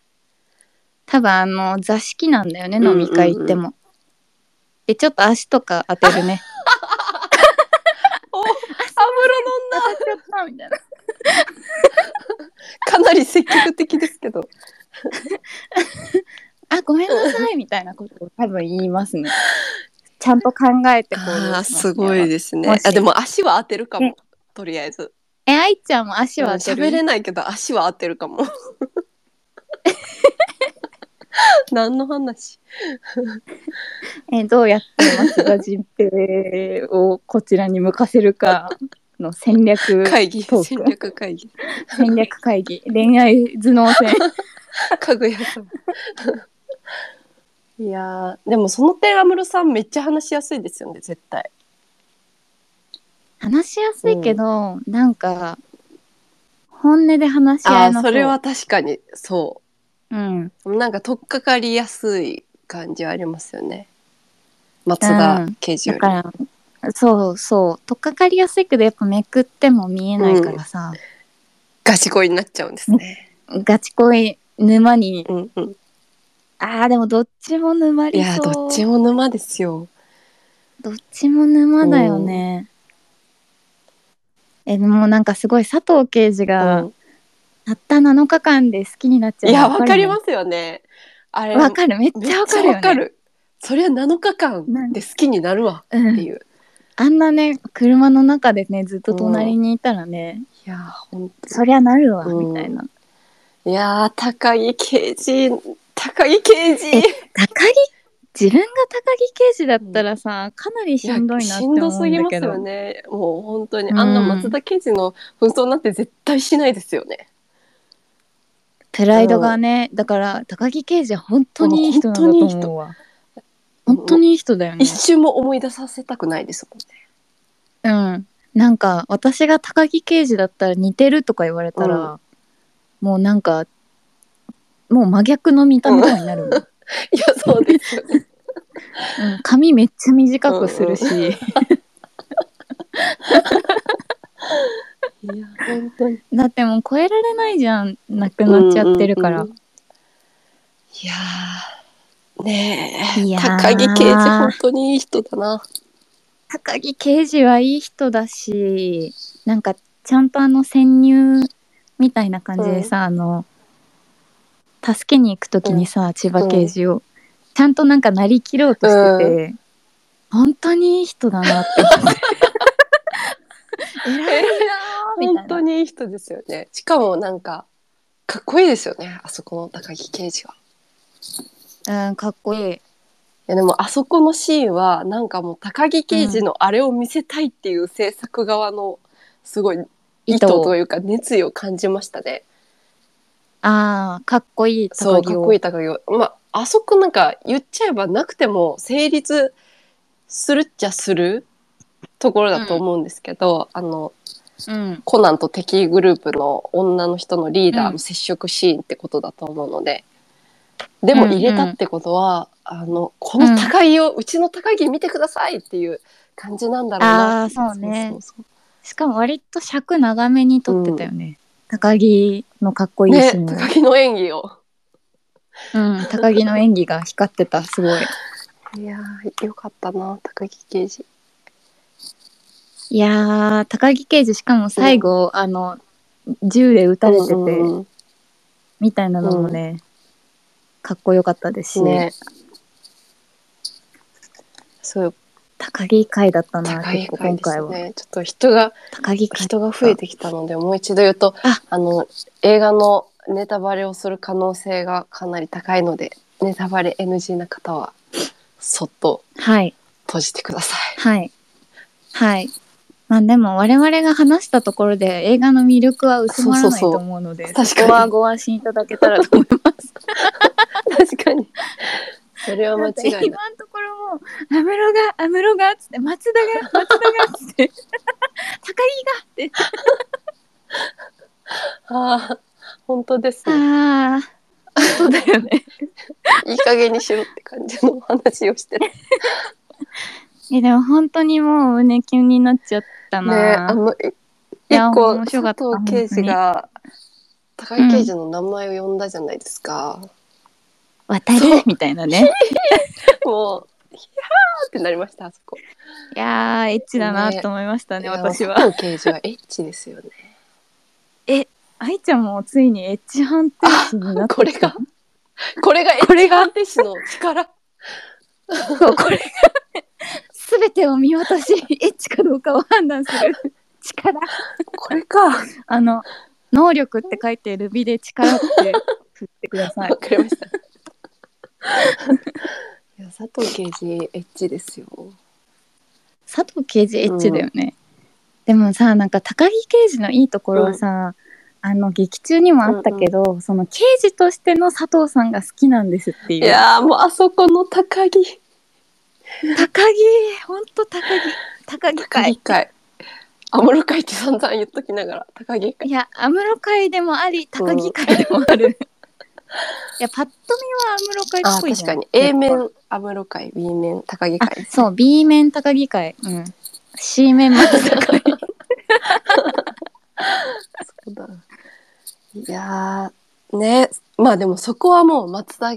Speaker 2: 多分あの座敷なんだよね
Speaker 1: うんうんう
Speaker 2: 飲
Speaker 1: ん
Speaker 2: み会行っても。でちょっと足とか当てる ね。
Speaker 1: 安室
Speaker 2: 当たっちゃったみたいな。
Speaker 1: のかなり積極的ですけど
Speaker 2: あごめんなさいみたいなことを多分言います ね。ちゃんと考えて行動し
Speaker 1: あ
Speaker 2: ま
Speaker 1: ーすごい。です
Speaker 2: も
Speaker 1: ね
Speaker 2: し
Speaker 1: あでも足は当てるか
Speaker 2: ね
Speaker 1: もとりあえず
Speaker 2: え愛ちゃんも足は当て
Speaker 1: 喋
Speaker 2: る
Speaker 1: れ。ないけど足は当てるか も何の話
Speaker 2: えどうやって松田迅平をこちらに向かせるかの 戦略
Speaker 1: 会議
Speaker 2: トーク
Speaker 1: 戦略会議
Speaker 2: 戦略会議恋愛頭脳戦。
Speaker 1: かぐや 様いやーでもその点安室さんめっちゃ話しやすいですよね絶対
Speaker 2: 話しやすいけど、なんか本音で話し合
Speaker 1: あ
Speaker 2: えな
Speaker 1: ー
Speaker 2: そう
Speaker 1: それは確かにそ
Speaker 2: うん
Speaker 1: うなんか取っかかりやすい感じはありますよね松田刑事より、
Speaker 2: だからそうそう取っかかりやすいけどやっぱめくっても見えないからさ、
Speaker 1: ガチ恋になっちゃうんですね、
Speaker 2: ガチ恋沼に
Speaker 1: うんうん、
Speaker 2: あーでもどっちも沼
Speaker 1: い
Speaker 2: りそう
Speaker 1: やーどっちも沼ですよ
Speaker 2: どっちも沼だよね、えでもなんかすごい佐藤刑事が、
Speaker 1: うん
Speaker 2: たった7日間で好きになっちゃう
Speaker 1: い
Speaker 2: の
Speaker 1: やわかりますすよねあれ
Speaker 2: わかるめっ
Speaker 1: めっ
Speaker 2: ち
Speaker 1: ちゃ
Speaker 2: ゃわ
Speaker 1: わ
Speaker 2: か
Speaker 1: か
Speaker 2: る
Speaker 1: る,、
Speaker 2: よ、ね、
Speaker 1: そりゃ7日間で好きになるわって
Speaker 2: うん、
Speaker 1: いう、
Speaker 2: あんなね車の中でねずっと隣にいたらね、
Speaker 1: いやーほん
Speaker 2: そりゃなるわ、
Speaker 1: うん
Speaker 2: みたいない
Speaker 1: やー高木刑事高木刑事
Speaker 2: 高木自分が高木刑事だったらさ、かなりしんどいなって思
Speaker 1: しんどすぎ
Speaker 2: うんだ
Speaker 1: ま
Speaker 2: け
Speaker 1: す
Speaker 2: ど
Speaker 1: よねもう本当に
Speaker 2: うん
Speaker 1: あんな松田刑事の紛争なんて絶対しないですよね、
Speaker 2: プライドがねだから高木刑事は本当にいい人なんだと思う
Speaker 1: 本当にい
Speaker 2: わ
Speaker 1: い人
Speaker 2: 本当にいい人だよね
Speaker 1: 一瞬も思い出させたくないですもんね
Speaker 2: うんなんか私が高木刑事だったら似てるとか言われたら、もうなんかもう真逆の見た目とかにな るもん、うん
Speaker 1: いや、そうですよ ね。
Speaker 2: 髪めっちゃ短くするし、
Speaker 1: いや、本当に。
Speaker 2: だってもう超えられないじゃんなくなっちゃってるから、
Speaker 1: うんうんうんいやー、ねえ、
Speaker 2: いやー
Speaker 1: 高木刑事、本当にいい人だな。
Speaker 2: 高木刑事はいい人だしなんかちゃんとあの潜入みたいな感じでさ、あの助けに行く時にさ、千葉刑事を、ちゃんとなんかなりきろうとしてて、本当にいい人だなって思って偉いなーみた
Speaker 1: 本
Speaker 2: い
Speaker 1: 当
Speaker 2: な
Speaker 1: にいい人ですよね。しかも、なんか、かっこいいですよね、あそこの高木刑事は。
Speaker 2: うん、かっこいい
Speaker 1: いやでもあそこのシーンはなんかもう高木刑事のあれを見せたいっていう制作側のすごい意図
Speaker 2: 糸を
Speaker 1: というか熱意を感じましたね。
Speaker 2: ああかっこいい
Speaker 1: そう
Speaker 2: 高木
Speaker 1: かっ
Speaker 2: を
Speaker 1: こいい高木を。まああそこなんか言っちゃえばなくても成立するっちゃするところだと思うんですけど、あの
Speaker 2: うん
Speaker 1: コナンと敵グループの女の人のリーダー
Speaker 2: うん
Speaker 1: の接触シーンってことだと思うので、でも入れたってことは、あのこの高木を、うちの高木見てくださいっていう感じなんだろうな
Speaker 2: あーそうね
Speaker 1: そうそう
Speaker 2: しかも割と尺長めに撮ってたよね、高木のかっこいいシ
Speaker 1: ね
Speaker 2: ーンを、
Speaker 1: 高木の演技を
Speaker 2: うん、高木の演技が光ってたすごい
Speaker 1: いやーよかったな高木刑事
Speaker 2: いやー高木刑事しかも最後、あの銃で撃たれてて、
Speaker 1: うんうん
Speaker 2: みたいなのもね、かっこよかったですし、
Speaker 1: ねそう
Speaker 2: 高木会だったな
Speaker 1: 高い
Speaker 2: 結構
Speaker 1: 回
Speaker 2: 今
Speaker 1: です
Speaker 2: 回は
Speaker 1: ねちょっと人が
Speaker 2: 高木会
Speaker 1: 人が増えてきたのでもう一度言うと
Speaker 2: あ
Speaker 1: あの映画のネタバレをする可能性がかなり高いのでネタバレ NG な方はそっと
Speaker 2: はい
Speaker 1: 閉じてくださ い。
Speaker 2: はいはいまあでも我々が話したところで映画の魅力は薄まらないと思うので
Speaker 1: そうそうそう確かに
Speaker 2: こはご安心いただけたらと思います
Speaker 1: 確かにそれは間
Speaker 2: だって
Speaker 1: 違いない。
Speaker 2: 今のところもう安室が安室がっつって松田が松田がっつって 高木がって
Speaker 1: ああ本当ですね。
Speaker 2: ああそうだよね
Speaker 1: いい加減にしろって感じのお話をしてる。
Speaker 2: いやでも本当にもう胸キュンになっちゃった
Speaker 1: ね
Speaker 2: な、
Speaker 1: あのい
Speaker 2: いや
Speaker 1: 一個
Speaker 2: 面
Speaker 1: 佐
Speaker 2: 白かった
Speaker 1: 藤刑事が高井刑事の名前を呼んだじゃないですか。
Speaker 2: 渡るみたいなね。
Speaker 1: もうヒヤーってなりましたあそこ。
Speaker 2: いやー、エッチだな
Speaker 1: ね
Speaker 2: と思いましたね、私
Speaker 1: いや
Speaker 2: は。
Speaker 1: 佐藤刑事はエッチですよね。
Speaker 2: 愛ちゃんもついにエッチ判定士に なってきた
Speaker 1: これが、これが、 これが安定士の力。
Speaker 2: そうこれが、すべてを見渡し、エッチかどうかを判断する 力。
Speaker 1: これか。わ
Speaker 2: あの、能力って書いてるビで力って振ってください。
Speaker 1: かりました。 いや佐藤刑事エッチですよ。
Speaker 2: 佐藤刑事エッチだよね。でもさ、なんか高木刑事のいいところはさ、あの劇中にもあったけど、その刑事としての佐藤さんが好きなんですってい。
Speaker 1: いうやーもうあそこの高木
Speaker 2: 高木本当高木高木
Speaker 1: 高
Speaker 2: 会
Speaker 1: 木会、安室会って散々言っときながら高木会。
Speaker 2: いや安室会でもあり高木会でもある、い やパッと見は安室会
Speaker 1: あ
Speaker 2: っぽい
Speaker 1: 確
Speaker 2: じゃん
Speaker 1: かに A 面安室会 B 面高木
Speaker 2: あ
Speaker 1: 会。
Speaker 2: そう B 面高木会うん C 面松坂 会
Speaker 1: そうだいやーねまあでもそこはもう松田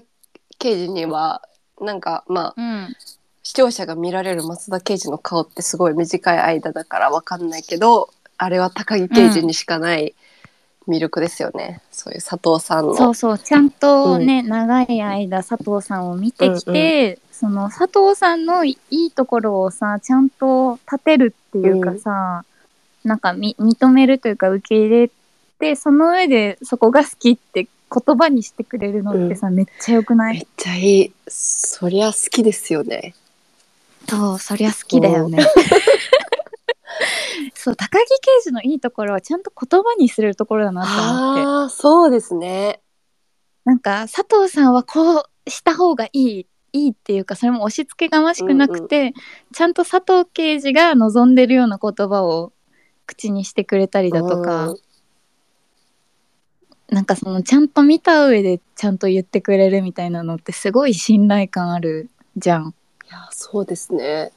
Speaker 1: 刑事にはなんかまあ
Speaker 2: うん
Speaker 1: 視聴者が見られる松田刑事の顔ってすごい短い間だからわかんないけどあれは高木刑事にしかない魅力ですよね、そういう佐藤さん
Speaker 2: そ
Speaker 1: の
Speaker 2: うそうちゃんとね、長い間佐藤さんを見てきて、その佐藤さんのいいところをさちゃんと立てるっていうかさ、なんかみ認めるというか受け入れてその上でそこが好きって言葉にしてくれるのってさ、めっちゃよくな
Speaker 1: め
Speaker 2: い
Speaker 1: っちゃいいそりゃ好きですよね
Speaker 2: そうそりゃ好きだよね。そう高木刑事のいいところはちゃんと言葉にするところだなと思って
Speaker 1: ああそうですね
Speaker 2: なんか佐藤さんはこうした方がいいいいっていうかそれも押し付けがましくなくて、ちゃんと佐藤刑事が望んでるような言葉を口にしてくれたりだとか、なんかそのちゃんと見た上でちゃんと言ってくれるみたいなのってすごい信頼感あるじゃん。
Speaker 1: いや、そうですね。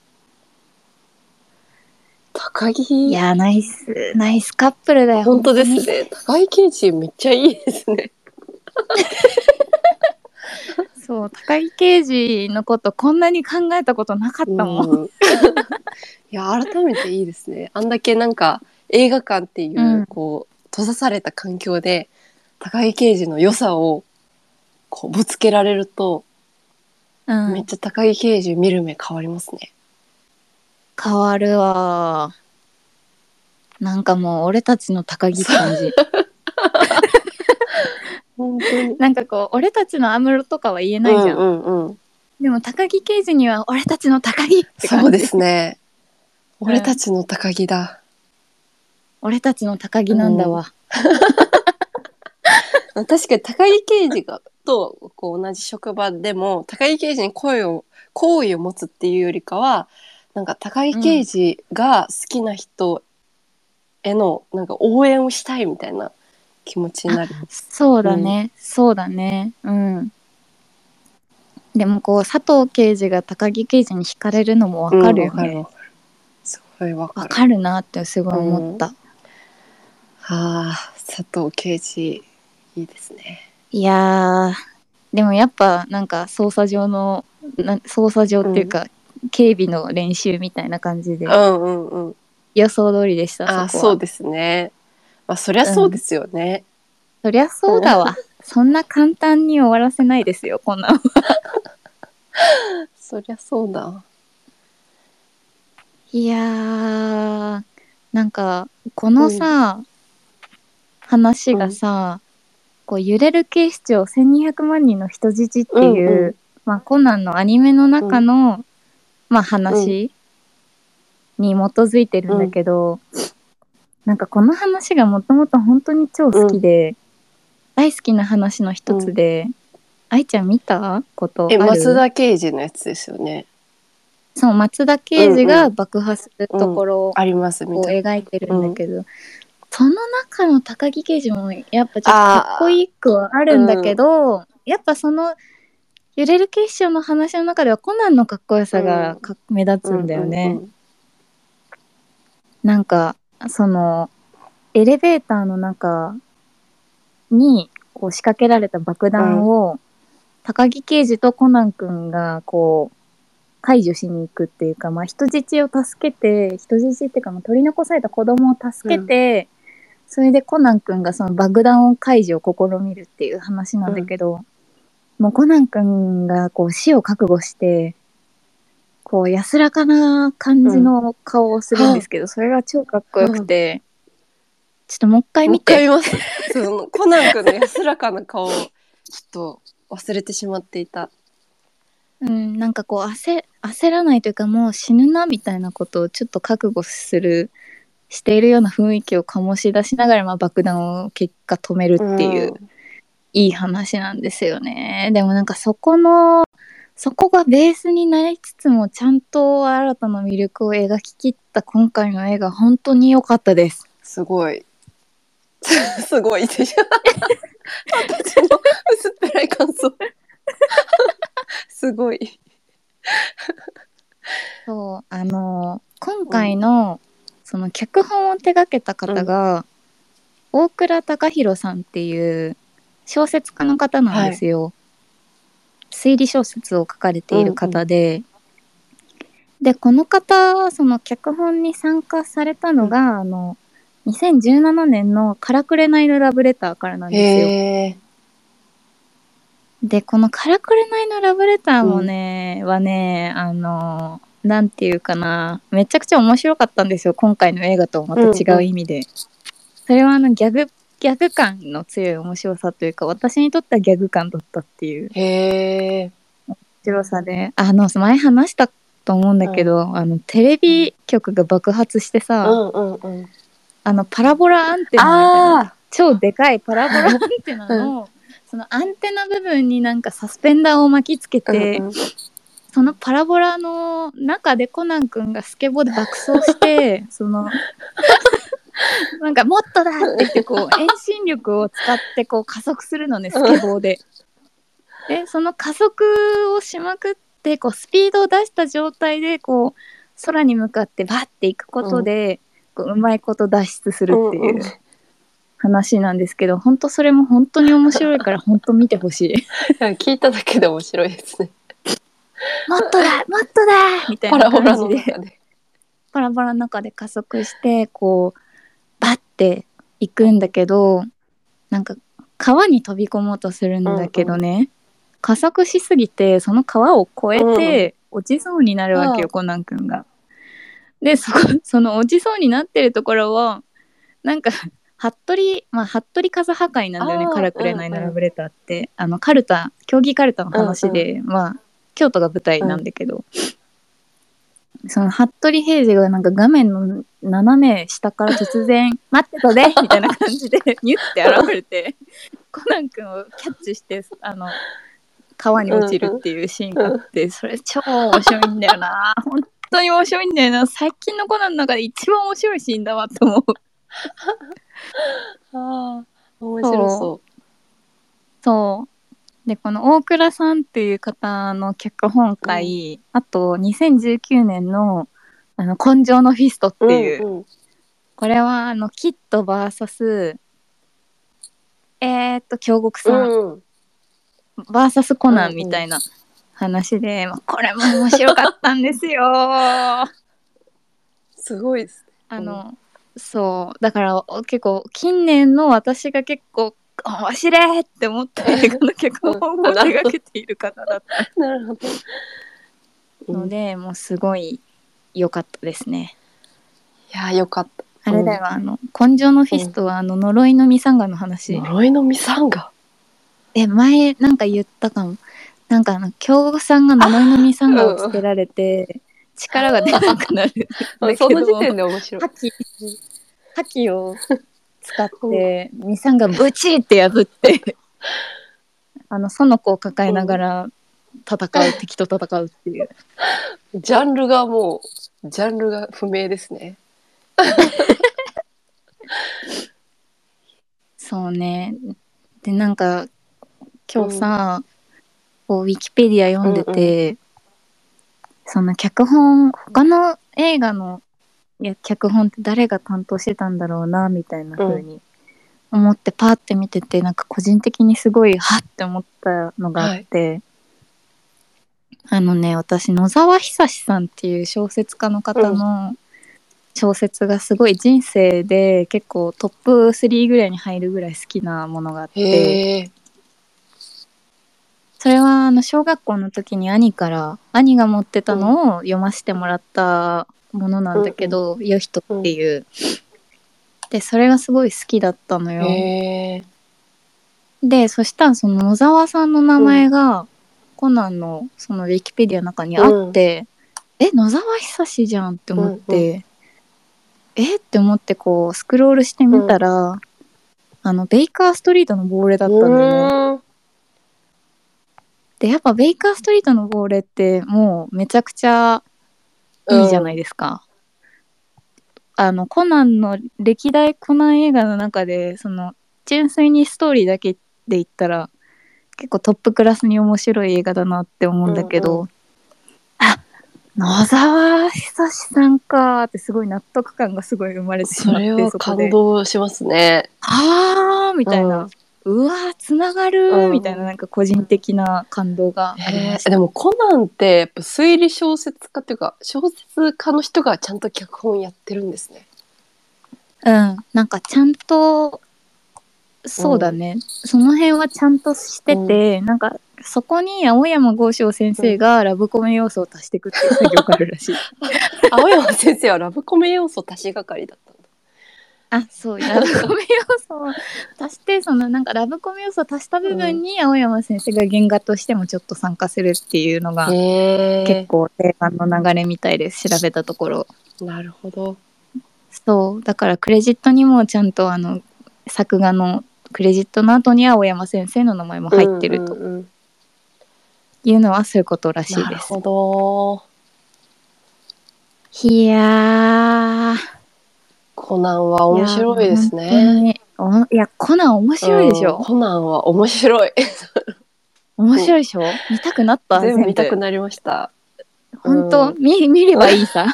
Speaker 1: 高木
Speaker 2: いやナイスナイスカップルだよ
Speaker 1: 本当です
Speaker 2: に
Speaker 1: ね。高木刑事めっちゃいいですね。
Speaker 2: そう高木刑事のことこんなに考えたことなかったもん、
Speaker 1: うんいや改めていいですね。あんだけなんか映画館っていう、
Speaker 2: うん
Speaker 1: こう閉ざされた環境で高木刑事の良さをこうぶつけられると、
Speaker 2: うん
Speaker 1: めっちゃ高木刑事見る目変わりますね。
Speaker 2: 変わるわなんかもう俺たちの高木って感じ
Speaker 1: 本当に。
Speaker 2: なんかこう俺たちの安室とかは言えないじゃん、
Speaker 1: うんうんうん。
Speaker 2: でも高木刑事には俺たちの高木って感じ
Speaker 1: そうですね。
Speaker 2: うん
Speaker 1: 俺たちの高木だ。
Speaker 2: 俺たちの高木なんだわ、
Speaker 1: 確かに高木刑事がとこう同じ職場でも高木刑事に声を好意を持つっていうよりかはなんか高木刑事が好きな人へのなんか応援をしたいみたいな気持ちになる。
Speaker 2: そうだね、そうだねうんでもこう佐藤刑事が高木刑事に惹かれるのもわかるよ
Speaker 1: うんわか
Speaker 2: ね、
Speaker 1: るわかるすごいわか
Speaker 2: わ
Speaker 1: る。
Speaker 2: かるなってすごい思った、
Speaker 1: はあ佐藤刑事いいですね。
Speaker 2: いやーでもやっぱなんか捜査上のな捜査上っていうか、警備の練習みたいな感じで
Speaker 1: うんうんうん。
Speaker 2: 予想通りでした
Speaker 1: あ
Speaker 2: そこは
Speaker 1: そうですね。まあそりゃそうですよね。
Speaker 2: そりゃそう だわそんな簡単に終わらせないですよこんなの
Speaker 1: そりゃそうだ。
Speaker 2: いやーなんかこのさ、話がさ、こう揺れる警視庁1200万人の人質っていう、
Speaker 1: うんう
Speaker 2: まあ、コナンのアニメの中の、まあ、話に基づいてるんだけど、なんかこの話がもともと本当に超好きで、大好きな話の一つで、愛ちゃん見たことある
Speaker 1: え、増田刑事のやつですよね。
Speaker 2: そう松田刑事が爆破するところを
Speaker 1: あります、み
Speaker 2: こう
Speaker 1: たいな。
Speaker 2: 描いてるんだけど、その中の高木刑事もやっぱちょっとかっこいいくはあるんだけど、やっぱその揺れる決勝の話の中ではコナンのかっこよさがか目立つんだよね、
Speaker 1: うんうんうん
Speaker 2: なんかそのエレベーターの中にこう仕掛けられた爆弾を、高木刑事とコナン君がこう解除しに行くっていうか、まあ、人質を助けて人質っていうか、まあ、取り残された子供を助けて、それでコナン君がその爆弾を解除を試みるっていう話なんだけど、もうコナン君がこう死を覚悟してこう安らかな感じの顔をするんですけど、それが超かっこよくて、ちょっともう一回
Speaker 1: もう
Speaker 2: 見
Speaker 1: 一回
Speaker 2: て。
Speaker 1: 見ます。 そのコナン君の安らかな顔、ちょっと忘れてしまっていた。
Speaker 2: うん、なんかこう焦焦らないというかもう死ぬなみたいなことをちょっと覚悟するしているような雰囲気を醸し出しながら、まあ、爆弾を結果止めるっていう、いい話なんですよねでもなんかそこのそこがベースになりつつもちゃんと新たな魅力を描ききった今回の映画本当に良かったです
Speaker 1: すごい。 すごいでしょ。私の薄っぺらい感想。 すごい。
Speaker 2: そうあの今回の、その脚本を手掛けた方が、大倉隆弘さんっていう小説家の方なんですよ。推理小説を書かれている方で、でこの方はその脚本に参加されたのが、あの2017年の「からくれないのラブレター」からなんですよ。
Speaker 1: へえ。
Speaker 2: でこの「からくれないのラブレター」もね、はねあのなんていうかなめちゃくちゃ面白かったんですよ今回の映画とまた違う意味で、それはあのギャグギャグ感の強い面白さというか私にとってはギャグ感だったっていう
Speaker 1: へえ。
Speaker 2: 面白さであの前話したと思うんだけど、あのテレビ局が爆発して
Speaker 1: う
Speaker 2: さ、
Speaker 1: んうんうん。
Speaker 2: あのパラボラアンテナみたいな
Speaker 1: ああ。
Speaker 2: 超でかいパラボラアンテナの、そのアンテナ部分になんかサスペンダーを巻きつけて、
Speaker 1: うんうん
Speaker 2: そのパラボ ラの中でコナン君がスケボーで爆走してそのなんかもっとだって言ってこう遠心力を使ってこう加速するのねスケボーで。でその加速をしまくってこうスピードを出した状態でこう空に向かってバッていくことで、うこううまいこと脱出するってい
Speaker 1: うんう
Speaker 2: うん話なんですけど、本当それも本当に面白いから本当見てほし い。
Speaker 1: 聞いただけで面白いですね。
Speaker 2: もっとだもっとだみたい
Speaker 1: ほ
Speaker 2: な
Speaker 1: らほら
Speaker 2: 感
Speaker 1: の
Speaker 2: じで
Speaker 1: 中で。
Speaker 2: バラバラの中で加速してこうバッて行くんだけどなんか川に飛び込もうとするんだけどね、加速しすぎてその川を越えて落ちそうになるわけよ、
Speaker 1: うん
Speaker 2: コナン君が。でそこその落ちそうになってるところをなんか 服部まあ服部風破壊なんだよね
Speaker 1: あ
Speaker 2: 「
Speaker 1: ー
Speaker 2: カラクレナイのラブレター」って、あのカルタ競技カルタの話で、まあ京都が舞台なんだけど、その服部平次がなんか画面の斜め下から突 然「待ってたで!」みたいな感じでニュッて現れ てコナン君をキャッチしてあの川に落ちるっていうシーンがあって、それ超面白いんだよな本当に面白いんだよな最近のコナンの中で一番面白いシーンだわと思う。
Speaker 1: ああ、面白そ
Speaker 2: そうでこの大倉さんっていう方の脚本会、あと2019年の「あの根性のフィスト」って
Speaker 1: う。
Speaker 2: いう、
Speaker 1: うんうん
Speaker 2: これはあのキッド VS えー、っと京極さん、
Speaker 1: うん。
Speaker 2: VS コナンみたいな話で、まあこれも面白かったんです よあ
Speaker 1: すごいです。
Speaker 2: の、そうだからお結構近年の私が結構面白いって思った映画の脚本を手がけている方だった
Speaker 1: なるほど。う
Speaker 2: の
Speaker 1: んい
Speaker 2: で、もうすごい良かったですね。
Speaker 1: やー、よかった。
Speaker 2: あれだよ、あの「根性のフィスト」はあの呪いのミサンガの話、
Speaker 1: 呪いのミサンガ。
Speaker 2: え前なんか言ったかもなんかあの京子さんが呪いのミサンガをつけられて力が出なくなるだけど
Speaker 1: その時点で面白い
Speaker 2: 覇。気 覇気を使ってミサンガブチって破 ってあの園子を抱えながら戦う、敵と戦うっていう
Speaker 1: ジャンルがもう、ジャンルが不明ですね。
Speaker 2: そうね。で、なんか、今日さ、こう、ウィキペディア読んでて、その脚本、他の映画のいや脚本って誰が担当してたんだろうな、みたいな風に思って、パーって見てて、なんか個人的にすごい、はっって思ったのがあって、あのね、私、野沢久志さんっていう小説家の方の、小説がすごい人生で結構トップ3ぐらいに入るぐらい好きなものがあって
Speaker 1: へえ。
Speaker 2: それはあの小学校の時に兄から兄が持ってたのを読ませてもらったものなんだけど「ヨヒト」っていう。でそれがすごい好きだったのよ。
Speaker 1: へえ。
Speaker 2: でそしたらその野沢さんの名前がコナンのそのウィキペディアの中にあって、え野沢久志じゃんって思って、えって思ってこうスクロールしてみたら、あのベイカーストリートの亡霊だったんだよ
Speaker 1: う。
Speaker 2: ね。でやっぱベイカーストリートの亡霊ってもうめちゃくちゃいいじゃないいですか。あのコナンの歴代コナン映画の中でその純粋にストーリーだけで言ったら結構トップクラスに面白い映画だなって思うんだけど、
Speaker 1: うん
Speaker 2: あ野沢久志さんかーってすごい納得感がすごい生まれてし
Speaker 1: そ
Speaker 2: まっ
Speaker 1: れ
Speaker 2: て
Speaker 1: は
Speaker 2: そこ
Speaker 1: 感
Speaker 2: で
Speaker 1: 動しますね。
Speaker 2: あーみたいな、うわーつながる
Speaker 1: う
Speaker 2: ー
Speaker 1: ん
Speaker 2: みたいななんか個人的な感動があり
Speaker 1: へ
Speaker 2: まし
Speaker 1: え
Speaker 2: た。
Speaker 1: でもコナンってやっぱ推理小説家っていうか小説家の人がちゃんと脚本やってるん ですね。
Speaker 2: うん、なんかちゃんとそうだね、その辺はちゃんとしてて、なんかそこに青山剛昌先生がラブコメ要素を足していくっていう作業があるら しい
Speaker 1: 青山先生はラブコメ要素足しがかりだったんだ。
Speaker 2: あ そうラブコメ要素を足してそのなんかラブコメ要素を足した部分に青山先生が原画としてもちょっと参加するっていうのが
Speaker 1: へ
Speaker 2: 結構定番の流れみたいです調べたところ
Speaker 1: 構なるほど。
Speaker 2: そうだからクレジットにもちゃんとあの作画のクレジットの後に青山先生の名前も入ってると
Speaker 1: うんうんうん
Speaker 2: いうのはそういうことらしい
Speaker 1: なる
Speaker 2: です
Speaker 1: ほ。ど。
Speaker 2: いやー、
Speaker 1: コナンは面白いです
Speaker 2: いや本当
Speaker 1: ね。
Speaker 2: においや、コナン面白いでし
Speaker 1: うん
Speaker 2: ょ。
Speaker 1: コナンは面白い。
Speaker 2: 面白いでしょ。見たくなった。
Speaker 1: 全部見たく
Speaker 2: な
Speaker 1: なりました。
Speaker 2: 本当、
Speaker 1: う
Speaker 2: 見見ればいいさ。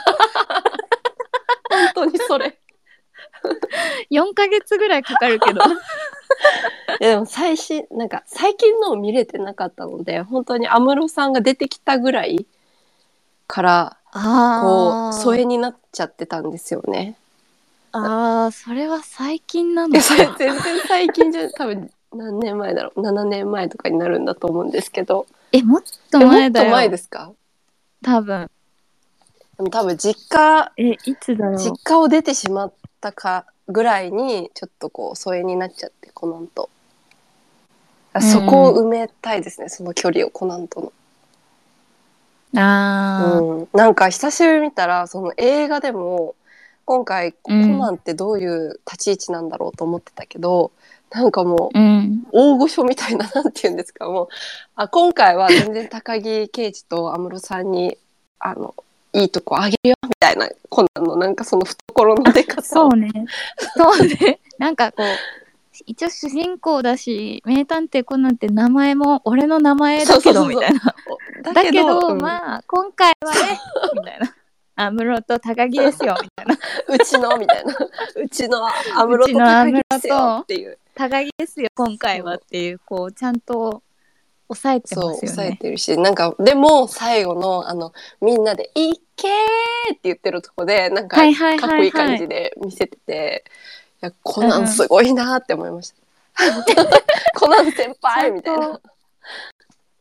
Speaker 1: 本当にそれ。
Speaker 2: 4ヶ月ぐらいかかる けど。
Speaker 1: いやでも最新なんか最近のを見れてなかったので本当に安室さんが出てきたぐらいからこ
Speaker 2: あ
Speaker 1: う
Speaker 2: あ。
Speaker 1: 疎遠になっちゃってたんですよね。
Speaker 2: ああ、それは最近ない
Speaker 1: や
Speaker 2: の
Speaker 1: それ
Speaker 2: か。
Speaker 1: 全然最近じゃ多分何年前だろう7年前とかになるんだと思うんですけど
Speaker 2: え、もっと
Speaker 1: えも
Speaker 2: 前
Speaker 1: っ
Speaker 2: だ
Speaker 1: と
Speaker 2: よ。
Speaker 1: 前ですか
Speaker 2: 多分。
Speaker 1: でも多分実家
Speaker 2: え、いつだろ
Speaker 1: 実
Speaker 2: う。
Speaker 1: 家を出てしまったかぐらいにちょっとこう疎遠になっちゃってコナンとあそこを埋めたいですね、その距離をコナンとの。
Speaker 2: ああ、
Speaker 1: うん、なんか久しぶりに見たらその映画でも今回コナンってどういう立ち位置なんだろうと思ってたけど、なんかもう
Speaker 2: うん。
Speaker 1: 大御所みたいななんて言うんですかもうあ今回は全然高木刑事と安室さんにあのいいとこあげるよみたいなコナンのなんかその懐の出方
Speaker 2: そ
Speaker 1: を
Speaker 2: うね。そうね。 なんかこう、一応主人公だし、名探偵コナンって名前も俺の名前だ
Speaker 1: そ
Speaker 2: け
Speaker 1: うそう
Speaker 2: ど、
Speaker 1: そう
Speaker 2: みたいな。だけど、
Speaker 1: うん
Speaker 2: まあ、今回はね、みたいな。安室と高木で すよ、みたいな。
Speaker 1: うちのみた いなうちの安室と高木ですよっていう
Speaker 2: 高木ですよ、今回はっていう、こう、ちゃんと抑えて
Speaker 1: そう
Speaker 2: ますよ
Speaker 1: 抑え
Speaker 2: ね。
Speaker 1: てるしなんかでも最後のあのみんなで「いけー!」って言ってるとこでなんか
Speaker 2: はいはい
Speaker 1: かっ
Speaker 2: は
Speaker 1: こい
Speaker 2: い
Speaker 1: い感じ
Speaker 2: はい。
Speaker 1: で見せてて「いやコナンすごいな」って思いま した。コナン先輩みたい
Speaker 2: ちゃ
Speaker 1: なん
Speaker 2: と。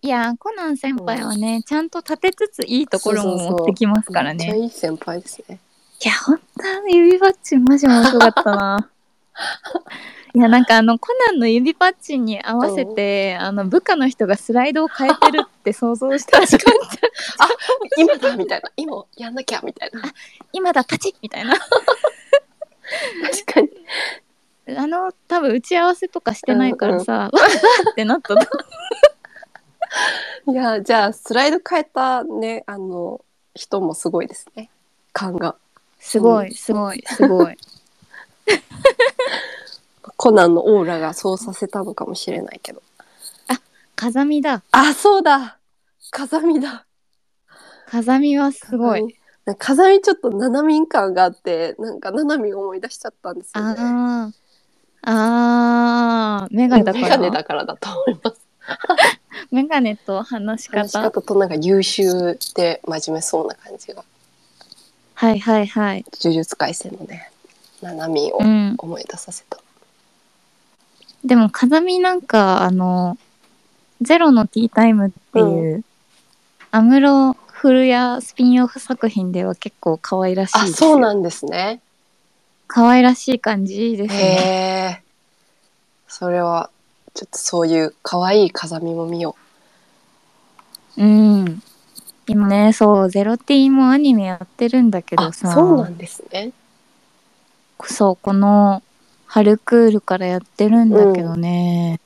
Speaker 2: いや、コナン先輩はね、ちゃんと立てつついいところも持ってきますから
Speaker 1: めっち
Speaker 2: ね。
Speaker 1: ゃいい先輩ですね。
Speaker 2: いや、本当の指パッチンマジ面白かったな。いや、なんかあの、コナンの指パッチンに合わせて、あの、部下の人がスライドを変えてるって想像した。
Speaker 1: 確かに。あ今だみたいな今やんなきゃみたいな。
Speaker 2: 今だ、パチッみたいな。
Speaker 1: 確かに。
Speaker 2: あの、多分打ち合わせとかしてないからさ、わっわっってなったと。
Speaker 1: いやじゃあスライド変えたねあの人もすごいですね。感が。
Speaker 2: すごい、すごい、すごい。
Speaker 1: コナンのオーラがそうさせたのかもしれないけど。
Speaker 2: 風見だ。
Speaker 1: あ、そうだ。風見だ。
Speaker 2: 風見はすごい。。
Speaker 1: なんか風見ちょっと七民感があって、なんか七民思い出しちゃったんですよね。
Speaker 2: あー。あー、メガネだか
Speaker 1: メガネ
Speaker 2: ら。
Speaker 1: だからだと思います。
Speaker 2: メガネと話し
Speaker 1: 話し
Speaker 2: 方。
Speaker 1: 方となんか優秀で真面目そうな感じが。
Speaker 2: はいはいはい。
Speaker 1: 呪術廻戦のね、七民を
Speaker 2: うん。
Speaker 1: 思い出させた。
Speaker 2: でも風見なんかあの「ゼロのティータイム」っていう安室古谷スピンオフ作品では結構可愛らしい
Speaker 1: あ、
Speaker 2: です
Speaker 1: そうんなんですね。
Speaker 2: 可愛らしい感じですね
Speaker 1: へえ。それは、ちょっとそういう可愛い風見も見よ
Speaker 2: うん今ねそう「ゼロティーもアニメやってるんだけ
Speaker 1: う。
Speaker 2: ど
Speaker 1: あ、
Speaker 2: さ
Speaker 1: そうなんですね。
Speaker 2: そうこの春クールからやってるんだけどね、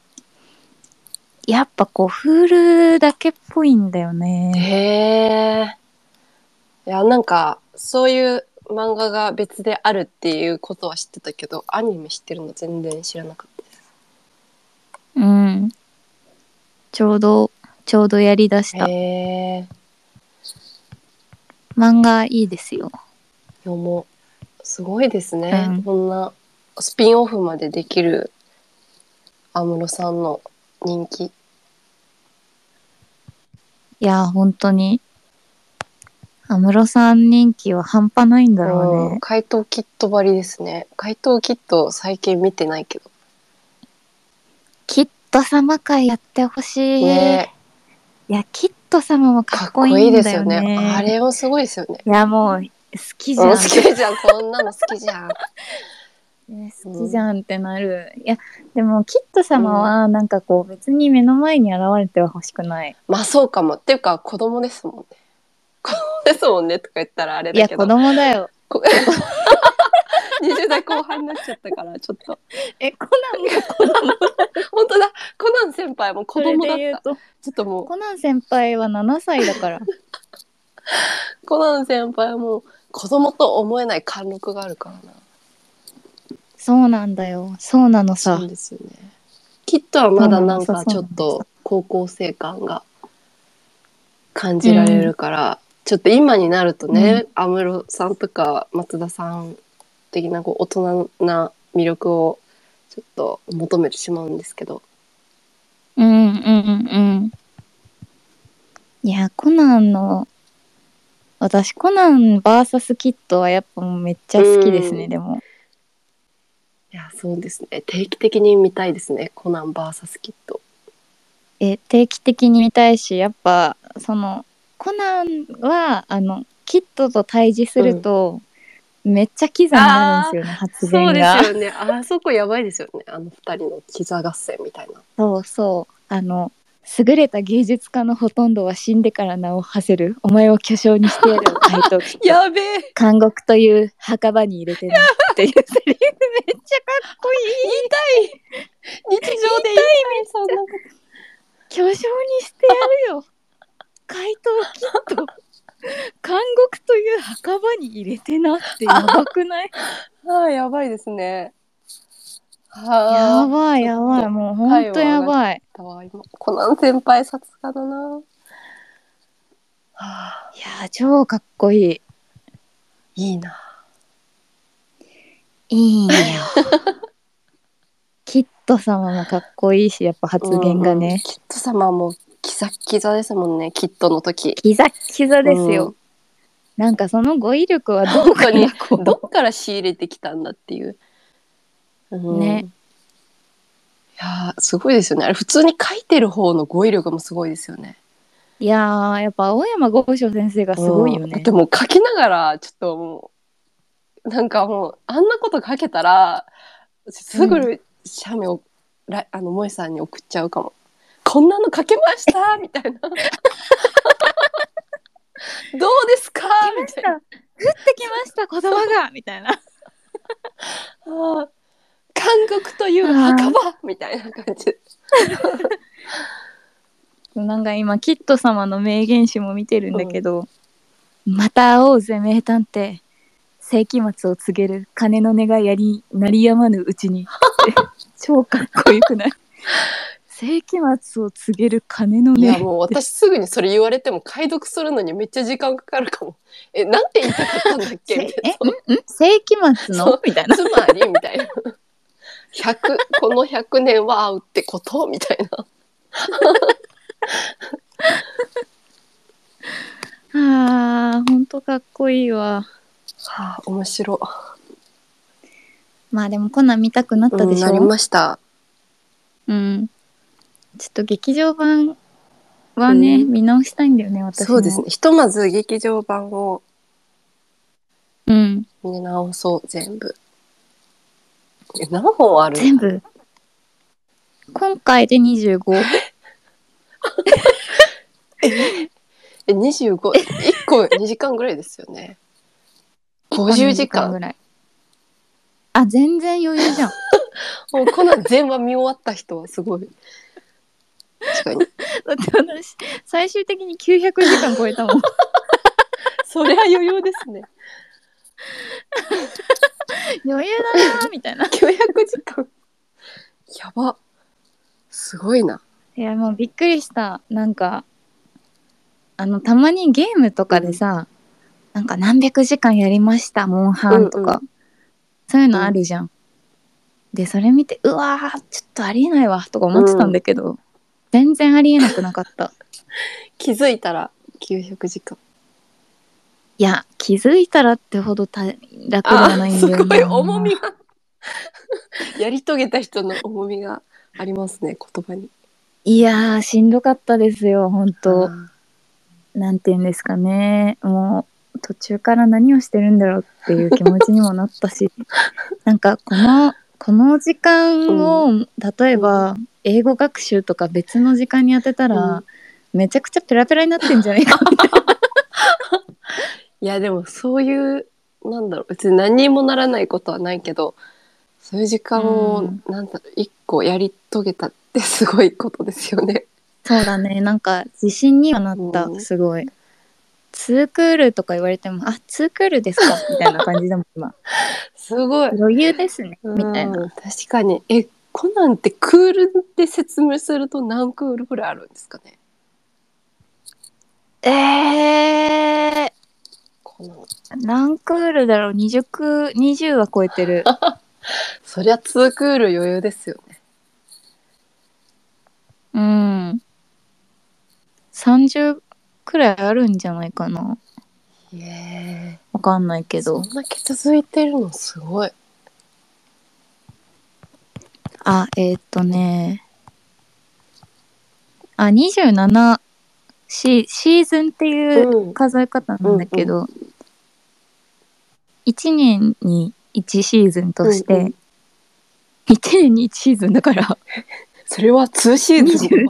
Speaker 2: やっぱこうフールだけっぽいんだよね
Speaker 1: へえ。いや、なんか、そういう漫画が別であるっていうことは知ってたけど、アニメ知ってるの全然知らなかったです。
Speaker 2: うんちょうどちょうどやりだした
Speaker 1: へえ。
Speaker 2: 漫画いいですよ。
Speaker 1: 読もう。すごいですね。
Speaker 2: うん
Speaker 1: こんなスピンオフまでできる安室さんの人気。
Speaker 2: いやー、本当に。安室さん人気は半端ないんだろう
Speaker 1: うん
Speaker 2: ね。
Speaker 1: 怪盗キットばりですね。怪盗キット最近見てないけど。
Speaker 2: キット様会やってほしい。
Speaker 1: ね
Speaker 2: いや、キット様も
Speaker 1: か
Speaker 2: か
Speaker 1: っ
Speaker 2: っ
Speaker 1: こ
Speaker 2: こ
Speaker 1: い
Speaker 2: い
Speaker 1: い
Speaker 2: い
Speaker 1: で
Speaker 2: ん
Speaker 1: す
Speaker 2: だ
Speaker 1: よ
Speaker 2: よ
Speaker 1: ね。
Speaker 2: ね。
Speaker 1: あれもすごいですよね。
Speaker 2: いや、もう、好きじゃ
Speaker 1: うん
Speaker 2: ん。
Speaker 1: 好きじゃん。こんなの好きじゃん。
Speaker 2: ね好きじゃんってなる。いや、でも、キット様は、なんかこう、別に目の前に現れてはほしくない。
Speaker 1: まあそうかも。っていうか子供ですもんね。子供ですもんねとか言ったらあれ
Speaker 2: いや、
Speaker 1: だけ
Speaker 2: 子
Speaker 1: ど。
Speaker 2: 供だよ。
Speaker 1: こ20代後半になっちゃったからちょっと。
Speaker 2: え、コナンも子供
Speaker 1: 本当だ。コナン先輩も子供だっ
Speaker 2: それで言
Speaker 1: た
Speaker 2: う。と
Speaker 1: ちょっとも
Speaker 2: コナン先輩は7歳だから。
Speaker 1: うコナン先輩も子供と思えない貫禄があるからな。
Speaker 2: そうなんだよそうなのさ
Speaker 1: そうですよね。キットはまだなん
Speaker 2: そうな
Speaker 1: か
Speaker 2: んで
Speaker 1: ち
Speaker 2: す
Speaker 1: ょっと高校生感が感じられるから、ちょっと今になるとね、安室さんとか松田さん的なこう大人な魅力をちょっと求めてしまうんですけど。
Speaker 2: うんうんうんいやコナンの私コナン VS キッドはやっぱもうめっちゃ好きですね、
Speaker 1: うん
Speaker 2: でも
Speaker 1: いや、そうですね。定期的に見たいですね。コナン VS キット。
Speaker 2: え定期的に見たいしやっぱそのコナンはあのキッドと対峙すると、めっちゃキザになるんですよね発言
Speaker 1: そう
Speaker 2: が
Speaker 1: ですよね。あそこやばいですよね。あの二人のキザ合戦みたいな。
Speaker 2: そうそうあの優れた芸術家のほとんどは死んでから名を馳せるお前を巨匠に してやるを回答
Speaker 1: やべえ
Speaker 2: 監獄という墓場に入れてるっていうセリフめっちゃかっこい
Speaker 1: 日常 で言い
Speaker 2: い
Speaker 1: たいそんなこ
Speaker 2: 巨匠にしてやるよ回答きっと監獄という墓場に入れてなってやばくない
Speaker 1: と。ああ、やばいですね。
Speaker 2: や
Speaker 1: はあ。
Speaker 2: ばいやばいもうほんとやばい
Speaker 1: たわ今コナン先輩さすがだな。はあ、
Speaker 2: いや超かっこいい
Speaker 1: いいな。
Speaker 2: いいよキッド様もかっこいいしやっぱ発言が
Speaker 1: うんうん
Speaker 2: ね、
Speaker 1: キット様もキザキザですもんね。キットの時。
Speaker 2: キザキザですよ、なんかその語彙力はどこかにこ
Speaker 1: どっから仕入れてきたんだっていう。うん
Speaker 2: ね。
Speaker 1: いやーすごいですよね。あれ普通に書いてる方の語彙力もすごいですよね。
Speaker 2: ういやーやっぱ青山剛昌先生がすごいよ
Speaker 1: うん
Speaker 2: ね
Speaker 1: でも書きながらちょっともうなんかもうあんなこと書けたらすぐ写メを、らあの萌えさんに送っちゃうかも。こんなの書けましたみ たいな。どうですかみたいな。
Speaker 2: 降ってきました子供がみたいな
Speaker 1: あー監獄という墓場みたいな感じで。
Speaker 2: なんか今キッド様の名言集も見てるんだけど、また会おうぜ名探偵世紀末を告げる鐘の音がやり鳴りやまぬうち にって超かっこよくない世紀末を告げる鐘の音
Speaker 1: いやもう私すぐにそれ言われても解読するのにめっちゃ時間かかるかも。え、なんて言いたかったんだ っけ
Speaker 2: せ
Speaker 1: みたいな。
Speaker 2: んん世紀末
Speaker 1: そ
Speaker 2: の
Speaker 1: う
Speaker 2: みたいな
Speaker 1: つまりみたいな。100この100年は会うってことみたいな。
Speaker 2: あーほんとかっこいいわ
Speaker 1: はあ、面白。
Speaker 2: まあでもこんなん見たくなったでしょ、
Speaker 1: なりました。
Speaker 2: うんちょっと劇場版はね、
Speaker 1: うん
Speaker 2: 見直したいんだよね私も
Speaker 1: そうですね。ひとまず劇場版を
Speaker 2: うん
Speaker 1: 見直そう全部。え何本ある？
Speaker 2: 全部今回で25
Speaker 1: え25一個2時間ぐらいですよね。50時間
Speaker 2: ぐ。らいあ全然余裕じ ゃん
Speaker 1: もうこの全話見終わった人はすごい。確かに。
Speaker 2: だって私最終的に900時間超えたもん
Speaker 1: それは余裕ですね。
Speaker 2: 余裕だなーみたいな
Speaker 1: 900時間。やば。すごいな。
Speaker 2: いやもうびっくりしたなんかあのたまにゲームとかでさ、なんか何百時間やりましたモンハンとか、
Speaker 1: うんう
Speaker 2: そういうのあるじゃん、でそれ見てうわーちょっとありえないわとか思ってたんだけど、全然ありえなくなかった
Speaker 1: 気づいたら900時間。
Speaker 2: いや気づいたらってほどた楽ではないん
Speaker 1: す
Speaker 2: だよ
Speaker 1: ご
Speaker 2: ない
Speaker 1: 重みが。 やり遂げた人の重みがありますね、言葉に。
Speaker 2: いやーしんどかったですよ本当
Speaker 1: あー
Speaker 2: なんて言うんですかねもう途中から何をしてるんだろうっていう気持ちにもなった しなんかこのこの時間を、例えば英語学習とか別の時間に当てたら、
Speaker 1: うん
Speaker 2: めちゃくちゃペラペラになってんじゃない か
Speaker 1: いや、でもそういう、なんだろう、別に何にもならないことはないけど、そういう時間を、
Speaker 2: うん
Speaker 1: なんだろう、一個やり遂げたってすごいことですよね。
Speaker 2: そうだねなんか自信にはなった、
Speaker 1: うん
Speaker 2: すごいツークールとか言われても、あ、ツークール ですかみたいな感じでもん今。
Speaker 1: すごい。
Speaker 2: 余裕ですね、みたいな。
Speaker 1: うん確かに。え、コナンってクールで説明すると何クールぐらいあるんですかね
Speaker 2: え
Speaker 1: コナン。
Speaker 2: ー、何クールだろう ?20 ク20は超えてる。
Speaker 1: そりゃ2クール余裕ですよね。
Speaker 2: うん。30くらいあるんじゃないかな。
Speaker 1: へ
Speaker 2: わかんないけ
Speaker 1: そ
Speaker 2: ど。
Speaker 1: んだけ続いてるのすごい。
Speaker 2: あ、えーっとね。あ、27シシーズンっていう
Speaker 1: うん。
Speaker 2: 数え方なんだけど、1年に1シーズンとして、
Speaker 1: うんうん
Speaker 2: 1年に1シーズンだから
Speaker 1: それは2シーズン。
Speaker 2: 20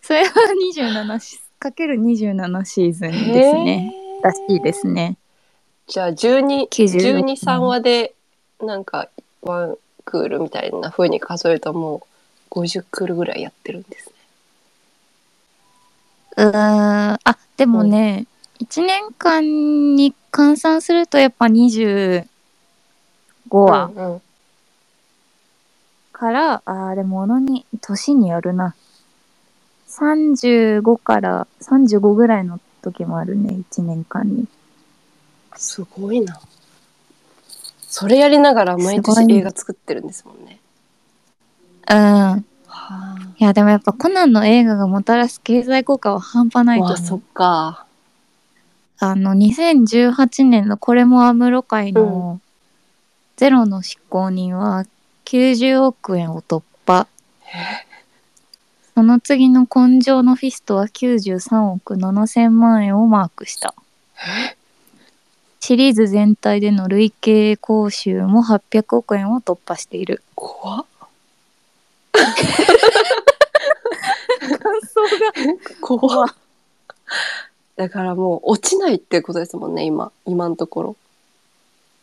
Speaker 2: それは27シかける27シーズンですね
Speaker 1: へー
Speaker 2: らしいですね
Speaker 1: じゃあ12、12、
Speaker 2: 96
Speaker 1: 3話で、なんか、ワンクールみたいな風に数えるともう、50クールぐらいやってるんですね。
Speaker 2: うーんあでもね、1年間に換算するとやっぱ25話
Speaker 1: うんうん
Speaker 2: から、ああ、でも、ものに、年によるな。35から35ぐらいの時もあるね、1年間に。
Speaker 1: すごいな。それやりながら毎
Speaker 2: すごい
Speaker 1: 年
Speaker 2: ね
Speaker 1: 映画作ってるんですもんね。
Speaker 2: うん。
Speaker 1: はあ。
Speaker 2: いや、でもやっぱコナンの映画がもたらす経済効果は半端ないと
Speaker 1: まあ、
Speaker 2: 思
Speaker 1: そうっ。か。
Speaker 2: あの、2018年のこれもアムロ会のゼロの執行人は90億円を突破。その次の根性のフィストは93億7000万円をマークした。シリーズ全体での累計報酬も800億円を突破している。
Speaker 1: 怖っ
Speaker 2: 感想
Speaker 1: 怖っだからもう落ちないってことですもんね今今のところ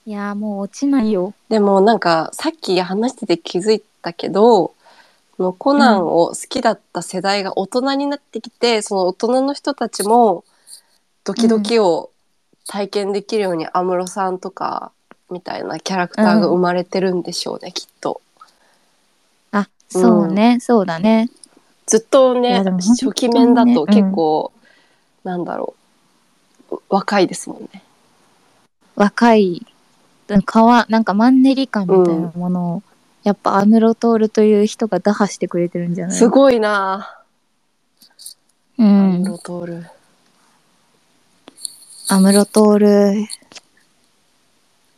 Speaker 2: いやーもう落ちないよ。
Speaker 1: でもなんかさっき話してて気づいたけどこのコナンを好きだった世代が大人になってきて、その大人の人たちもドキドキを体験できるように安室さんとかみたいなキャラクターが生まれてるんでしょうね、きっと。
Speaker 2: あ、そうね、そうだね。
Speaker 1: ずっと
Speaker 2: い
Speaker 1: ね
Speaker 2: やでも本当にね
Speaker 1: 初期面だと結構、なんだろう若いですもんね。
Speaker 2: 若い、うんかわ、なんかマンネリ感みたいなものを、やっぱアムロトールという人が打破してくれてるんじゃない
Speaker 1: すごいな
Speaker 2: う
Speaker 1: ぁ。
Speaker 2: ん。
Speaker 1: ロトール。
Speaker 2: アムロトール。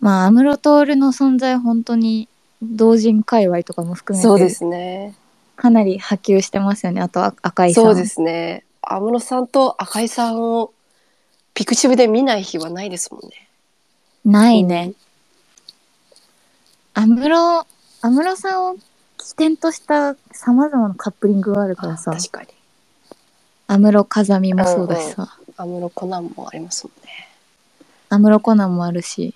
Speaker 2: まあ、アムロトールの存在本当に同人界隈とかも含
Speaker 1: そう
Speaker 2: め
Speaker 1: で
Speaker 2: て
Speaker 1: すね。
Speaker 2: かなり波及してますよね。あとあ赤井さん。
Speaker 1: そうですね。安室さんと赤井さんをピクシブで見ない日はないですもんね。
Speaker 2: ないね。安室、安室さんを起点とした様々なカップリングがあるからさ。
Speaker 1: 確かに。
Speaker 2: 安室風見もそうだしさ。
Speaker 1: 安室コナンもありますもんね。
Speaker 2: 安室コナンもあるし。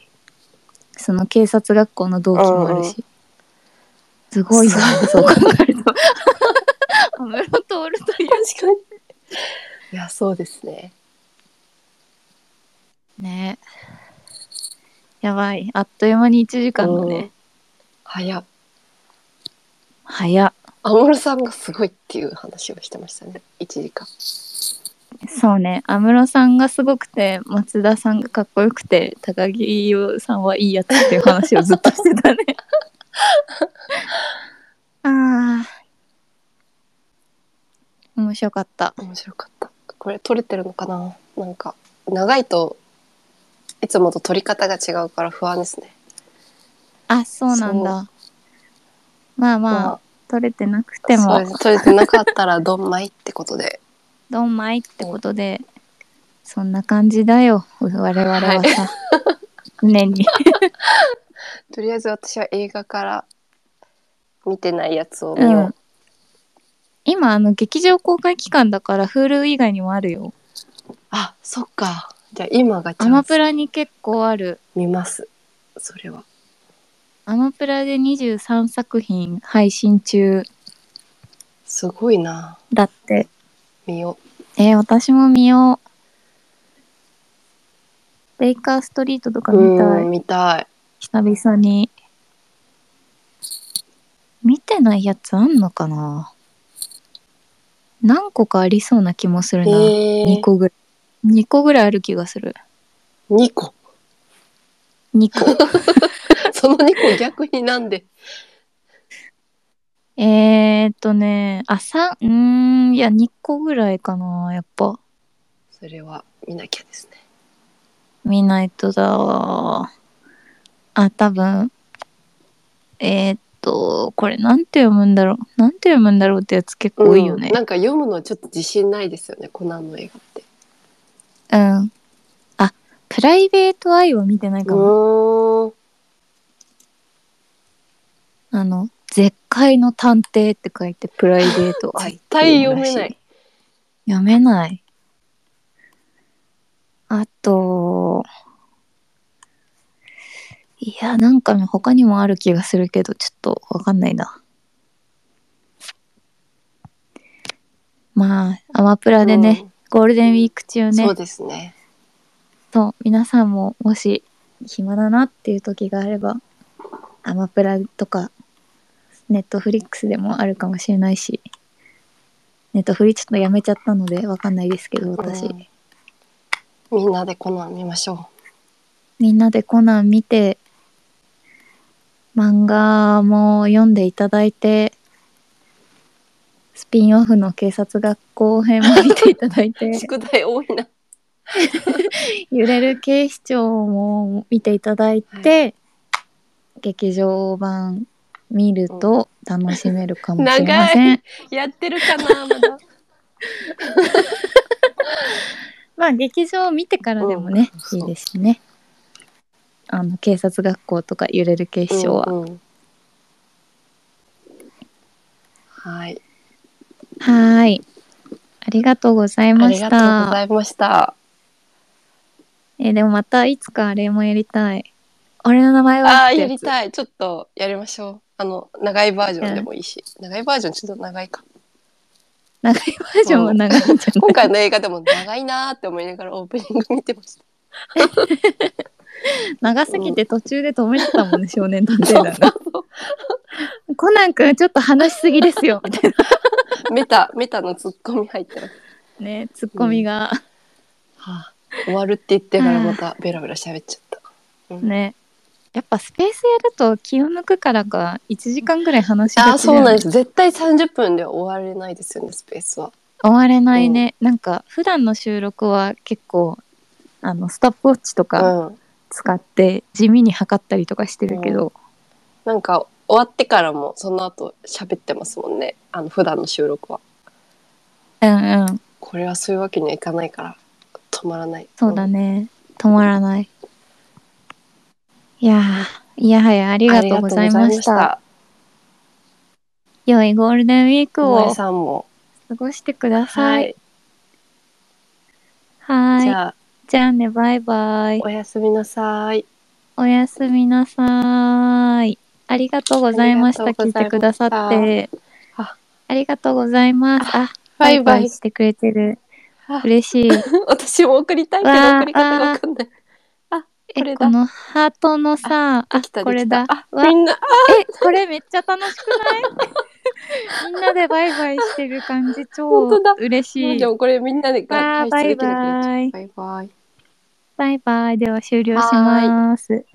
Speaker 2: その警察学校の同期もあるし。すごいよね、そう考えると。安室トールとい
Speaker 1: 確
Speaker 2: う
Speaker 1: かに。 いや、そうですね。
Speaker 2: ねやばいあっという間に1時間だね、
Speaker 1: うん早っ。
Speaker 2: 早っ
Speaker 1: 安室さんがすごいっていう話をしてましたね。一時間。
Speaker 2: そうね安室さんがすごくて松田さんがかっこよくて高木さんはいいやつっていう話をずっとして たねあー面白かった
Speaker 1: 面白かった。これ撮れてるのかななんか、長いといつもと撮り方が違うから不安ですね。
Speaker 2: あそうなんだまあまあ取れてなくて
Speaker 1: そう
Speaker 2: も
Speaker 1: です取れてなかったらどんまいってことで。
Speaker 2: ドンマイってことで、そんな感じだよ、我々は
Speaker 1: はい
Speaker 2: さ。 常に。
Speaker 1: とりあえず私は映画から見てないやつを見
Speaker 2: う
Speaker 1: よ
Speaker 2: ん。今、あの、劇場公開期間だから、Hulu 以外にもあるよ。
Speaker 1: う。あ、そっか。じゃあ今がチ
Speaker 2: ア
Speaker 1: ャ
Speaker 2: マ
Speaker 1: ンス
Speaker 2: プラに結構ある。
Speaker 1: 見ます。それは。
Speaker 2: アマプラで23作品配信中
Speaker 1: すごいな。
Speaker 2: だって。
Speaker 1: 見よう。
Speaker 2: えー私も見よベイカーストリートとか見たい、
Speaker 1: うん、見たい。
Speaker 2: 久々に見てないやつあんのかな何個かありそうな気もする
Speaker 1: え
Speaker 2: な、2個ぐらい2個ぐらいある気がする
Speaker 1: 2個。
Speaker 2: 2個
Speaker 1: その2個逆になんで。
Speaker 2: えーっとねあ三うーんいや2個ぐらいかなやっぱ
Speaker 1: それは見なきゃですね。
Speaker 2: 見ないとだわあ多分えーっとこれなんて読むんだろうなんて読むんだろうってやつ結構多いよね
Speaker 1: うんなんか読むのちょっと自信ないですよね、コナンの映画って。
Speaker 2: うん。あ、プライベートアイは見てないか
Speaker 1: う
Speaker 2: も。
Speaker 1: ーん。
Speaker 2: あの、絶海の探偵って書いてプライベートア イ。
Speaker 1: 絶対読めない。。
Speaker 2: 読めない。あと、いや、なんかね他にもある気がするけど、ちょっとわかんないな。まあ、アマプラでね、ゴールデンウィーク中
Speaker 1: う
Speaker 2: ね、
Speaker 1: ん。そうですね。
Speaker 2: そう皆さんももし暇だなっていう時があればアマプラとかネットフリックスでもあるかもしれないしネットフリちょっとやめちゃったのでわかんないですけど私、
Speaker 1: うんみんなでコナン見ましょ。
Speaker 2: みんなでコナン見て漫画も読んでいただいてスピンオフの警察学校編も見ていただいう て
Speaker 1: 宿題多いな。
Speaker 2: 揺れる警視庁も見ていただいて、劇場版見ると楽しめるかもしれません。
Speaker 1: やってるかな、まだ。
Speaker 2: まあ劇場を見てからでもね、
Speaker 1: うんそう
Speaker 2: いいですしね。あの警察学校とか揺れる警視庁は。
Speaker 1: うんうんはい。
Speaker 2: はーい。ありがとうござい
Speaker 1: あ
Speaker 2: ま
Speaker 1: り
Speaker 2: し
Speaker 1: がとうご
Speaker 2: た。
Speaker 1: ざいました。
Speaker 2: えーでもまたいつかあれもやりたい。俺の名前は
Speaker 1: ああー、
Speaker 2: って
Speaker 1: や
Speaker 2: やつ
Speaker 1: りたい。ちょっとやりましょう。あの、長いバージョンでもいいし。長いバージョンちょっと長いか。
Speaker 2: 長いバージョンは長いんじゃない
Speaker 1: 今回の映画でも長いなーって思いながらオープニング見てました。
Speaker 2: 長すぎて途中で止めてたもんね、少年探偵団が。
Speaker 1: そ
Speaker 2: コナン君ちょっと話しすぎですよみたい
Speaker 1: メタ、 メタのツッコミ入ってます。
Speaker 2: なねツッコミが、
Speaker 1: はあ、終わるって言ってからまたベラベラ喋っちゃった。
Speaker 2: ねやっぱスペースやると気を抜くからか1時間ぐらい話し
Speaker 1: ああ、
Speaker 2: がち
Speaker 1: そ
Speaker 2: だ
Speaker 1: う
Speaker 2: よね
Speaker 1: なんです。絶対30分で終われないですよね、スペースは。
Speaker 2: 終われないね、なんか普段の収録は結構あのスタップウォッチと
Speaker 1: う
Speaker 2: か
Speaker 1: ん。
Speaker 2: 使って地味に測ったりとかしてるけど、
Speaker 1: なんか終わってからもその後喋ってますもんね。あの、普段の収録は。
Speaker 2: うん、うん
Speaker 1: これはそういうわけにはいかないから、止まらない。
Speaker 2: そうだね止まらないいやーいやはやあり
Speaker 1: うん。あ
Speaker 2: が
Speaker 1: り
Speaker 2: と
Speaker 1: がとうご
Speaker 2: うござ
Speaker 1: ざい
Speaker 2: い
Speaker 1: ま
Speaker 2: まし
Speaker 1: したた。
Speaker 2: 良いゴールデンウィーク
Speaker 1: 萌え
Speaker 2: を
Speaker 1: さんも。
Speaker 2: 過ごしてください。はーい
Speaker 1: じゃあ、
Speaker 2: じゃあねバイバイ
Speaker 1: おやすみなさい。
Speaker 2: おやすみなさーい。ありがとうございました。
Speaker 1: ありがと
Speaker 2: 聞
Speaker 1: うご
Speaker 2: い
Speaker 1: ざいました
Speaker 2: てくださって。
Speaker 1: あ
Speaker 2: ありがとうございます。あ、
Speaker 1: バイバイ。
Speaker 2: してくれてる
Speaker 1: あ。
Speaker 2: 嬉しい。
Speaker 1: 私も送りたいけ
Speaker 2: わ
Speaker 1: ど
Speaker 2: あ
Speaker 1: 送り方がわかんない。これ
Speaker 2: え、
Speaker 1: だ
Speaker 2: このハートのさ、
Speaker 1: で
Speaker 2: あ
Speaker 1: きた、
Speaker 2: こ
Speaker 1: で
Speaker 2: れ
Speaker 1: きた
Speaker 2: だ。。
Speaker 1: あ、
Speaker 2: わ
Speaker 1: みんな、あ
Speaker 2: え、これめっちゃ楽しくない みんなでバイバイしてる感じ超
Speaker 1: 本当だ
Speaker 2: 嬉しい
Speaker 1: で。もこれみんなで
Speaker 2: わあ
Speaker 1: 返出できなくなっちゃう
Speaker 2: バイバイ
Speaker 1: バイバイ。
Speaker 2: バイバイ。では終了します。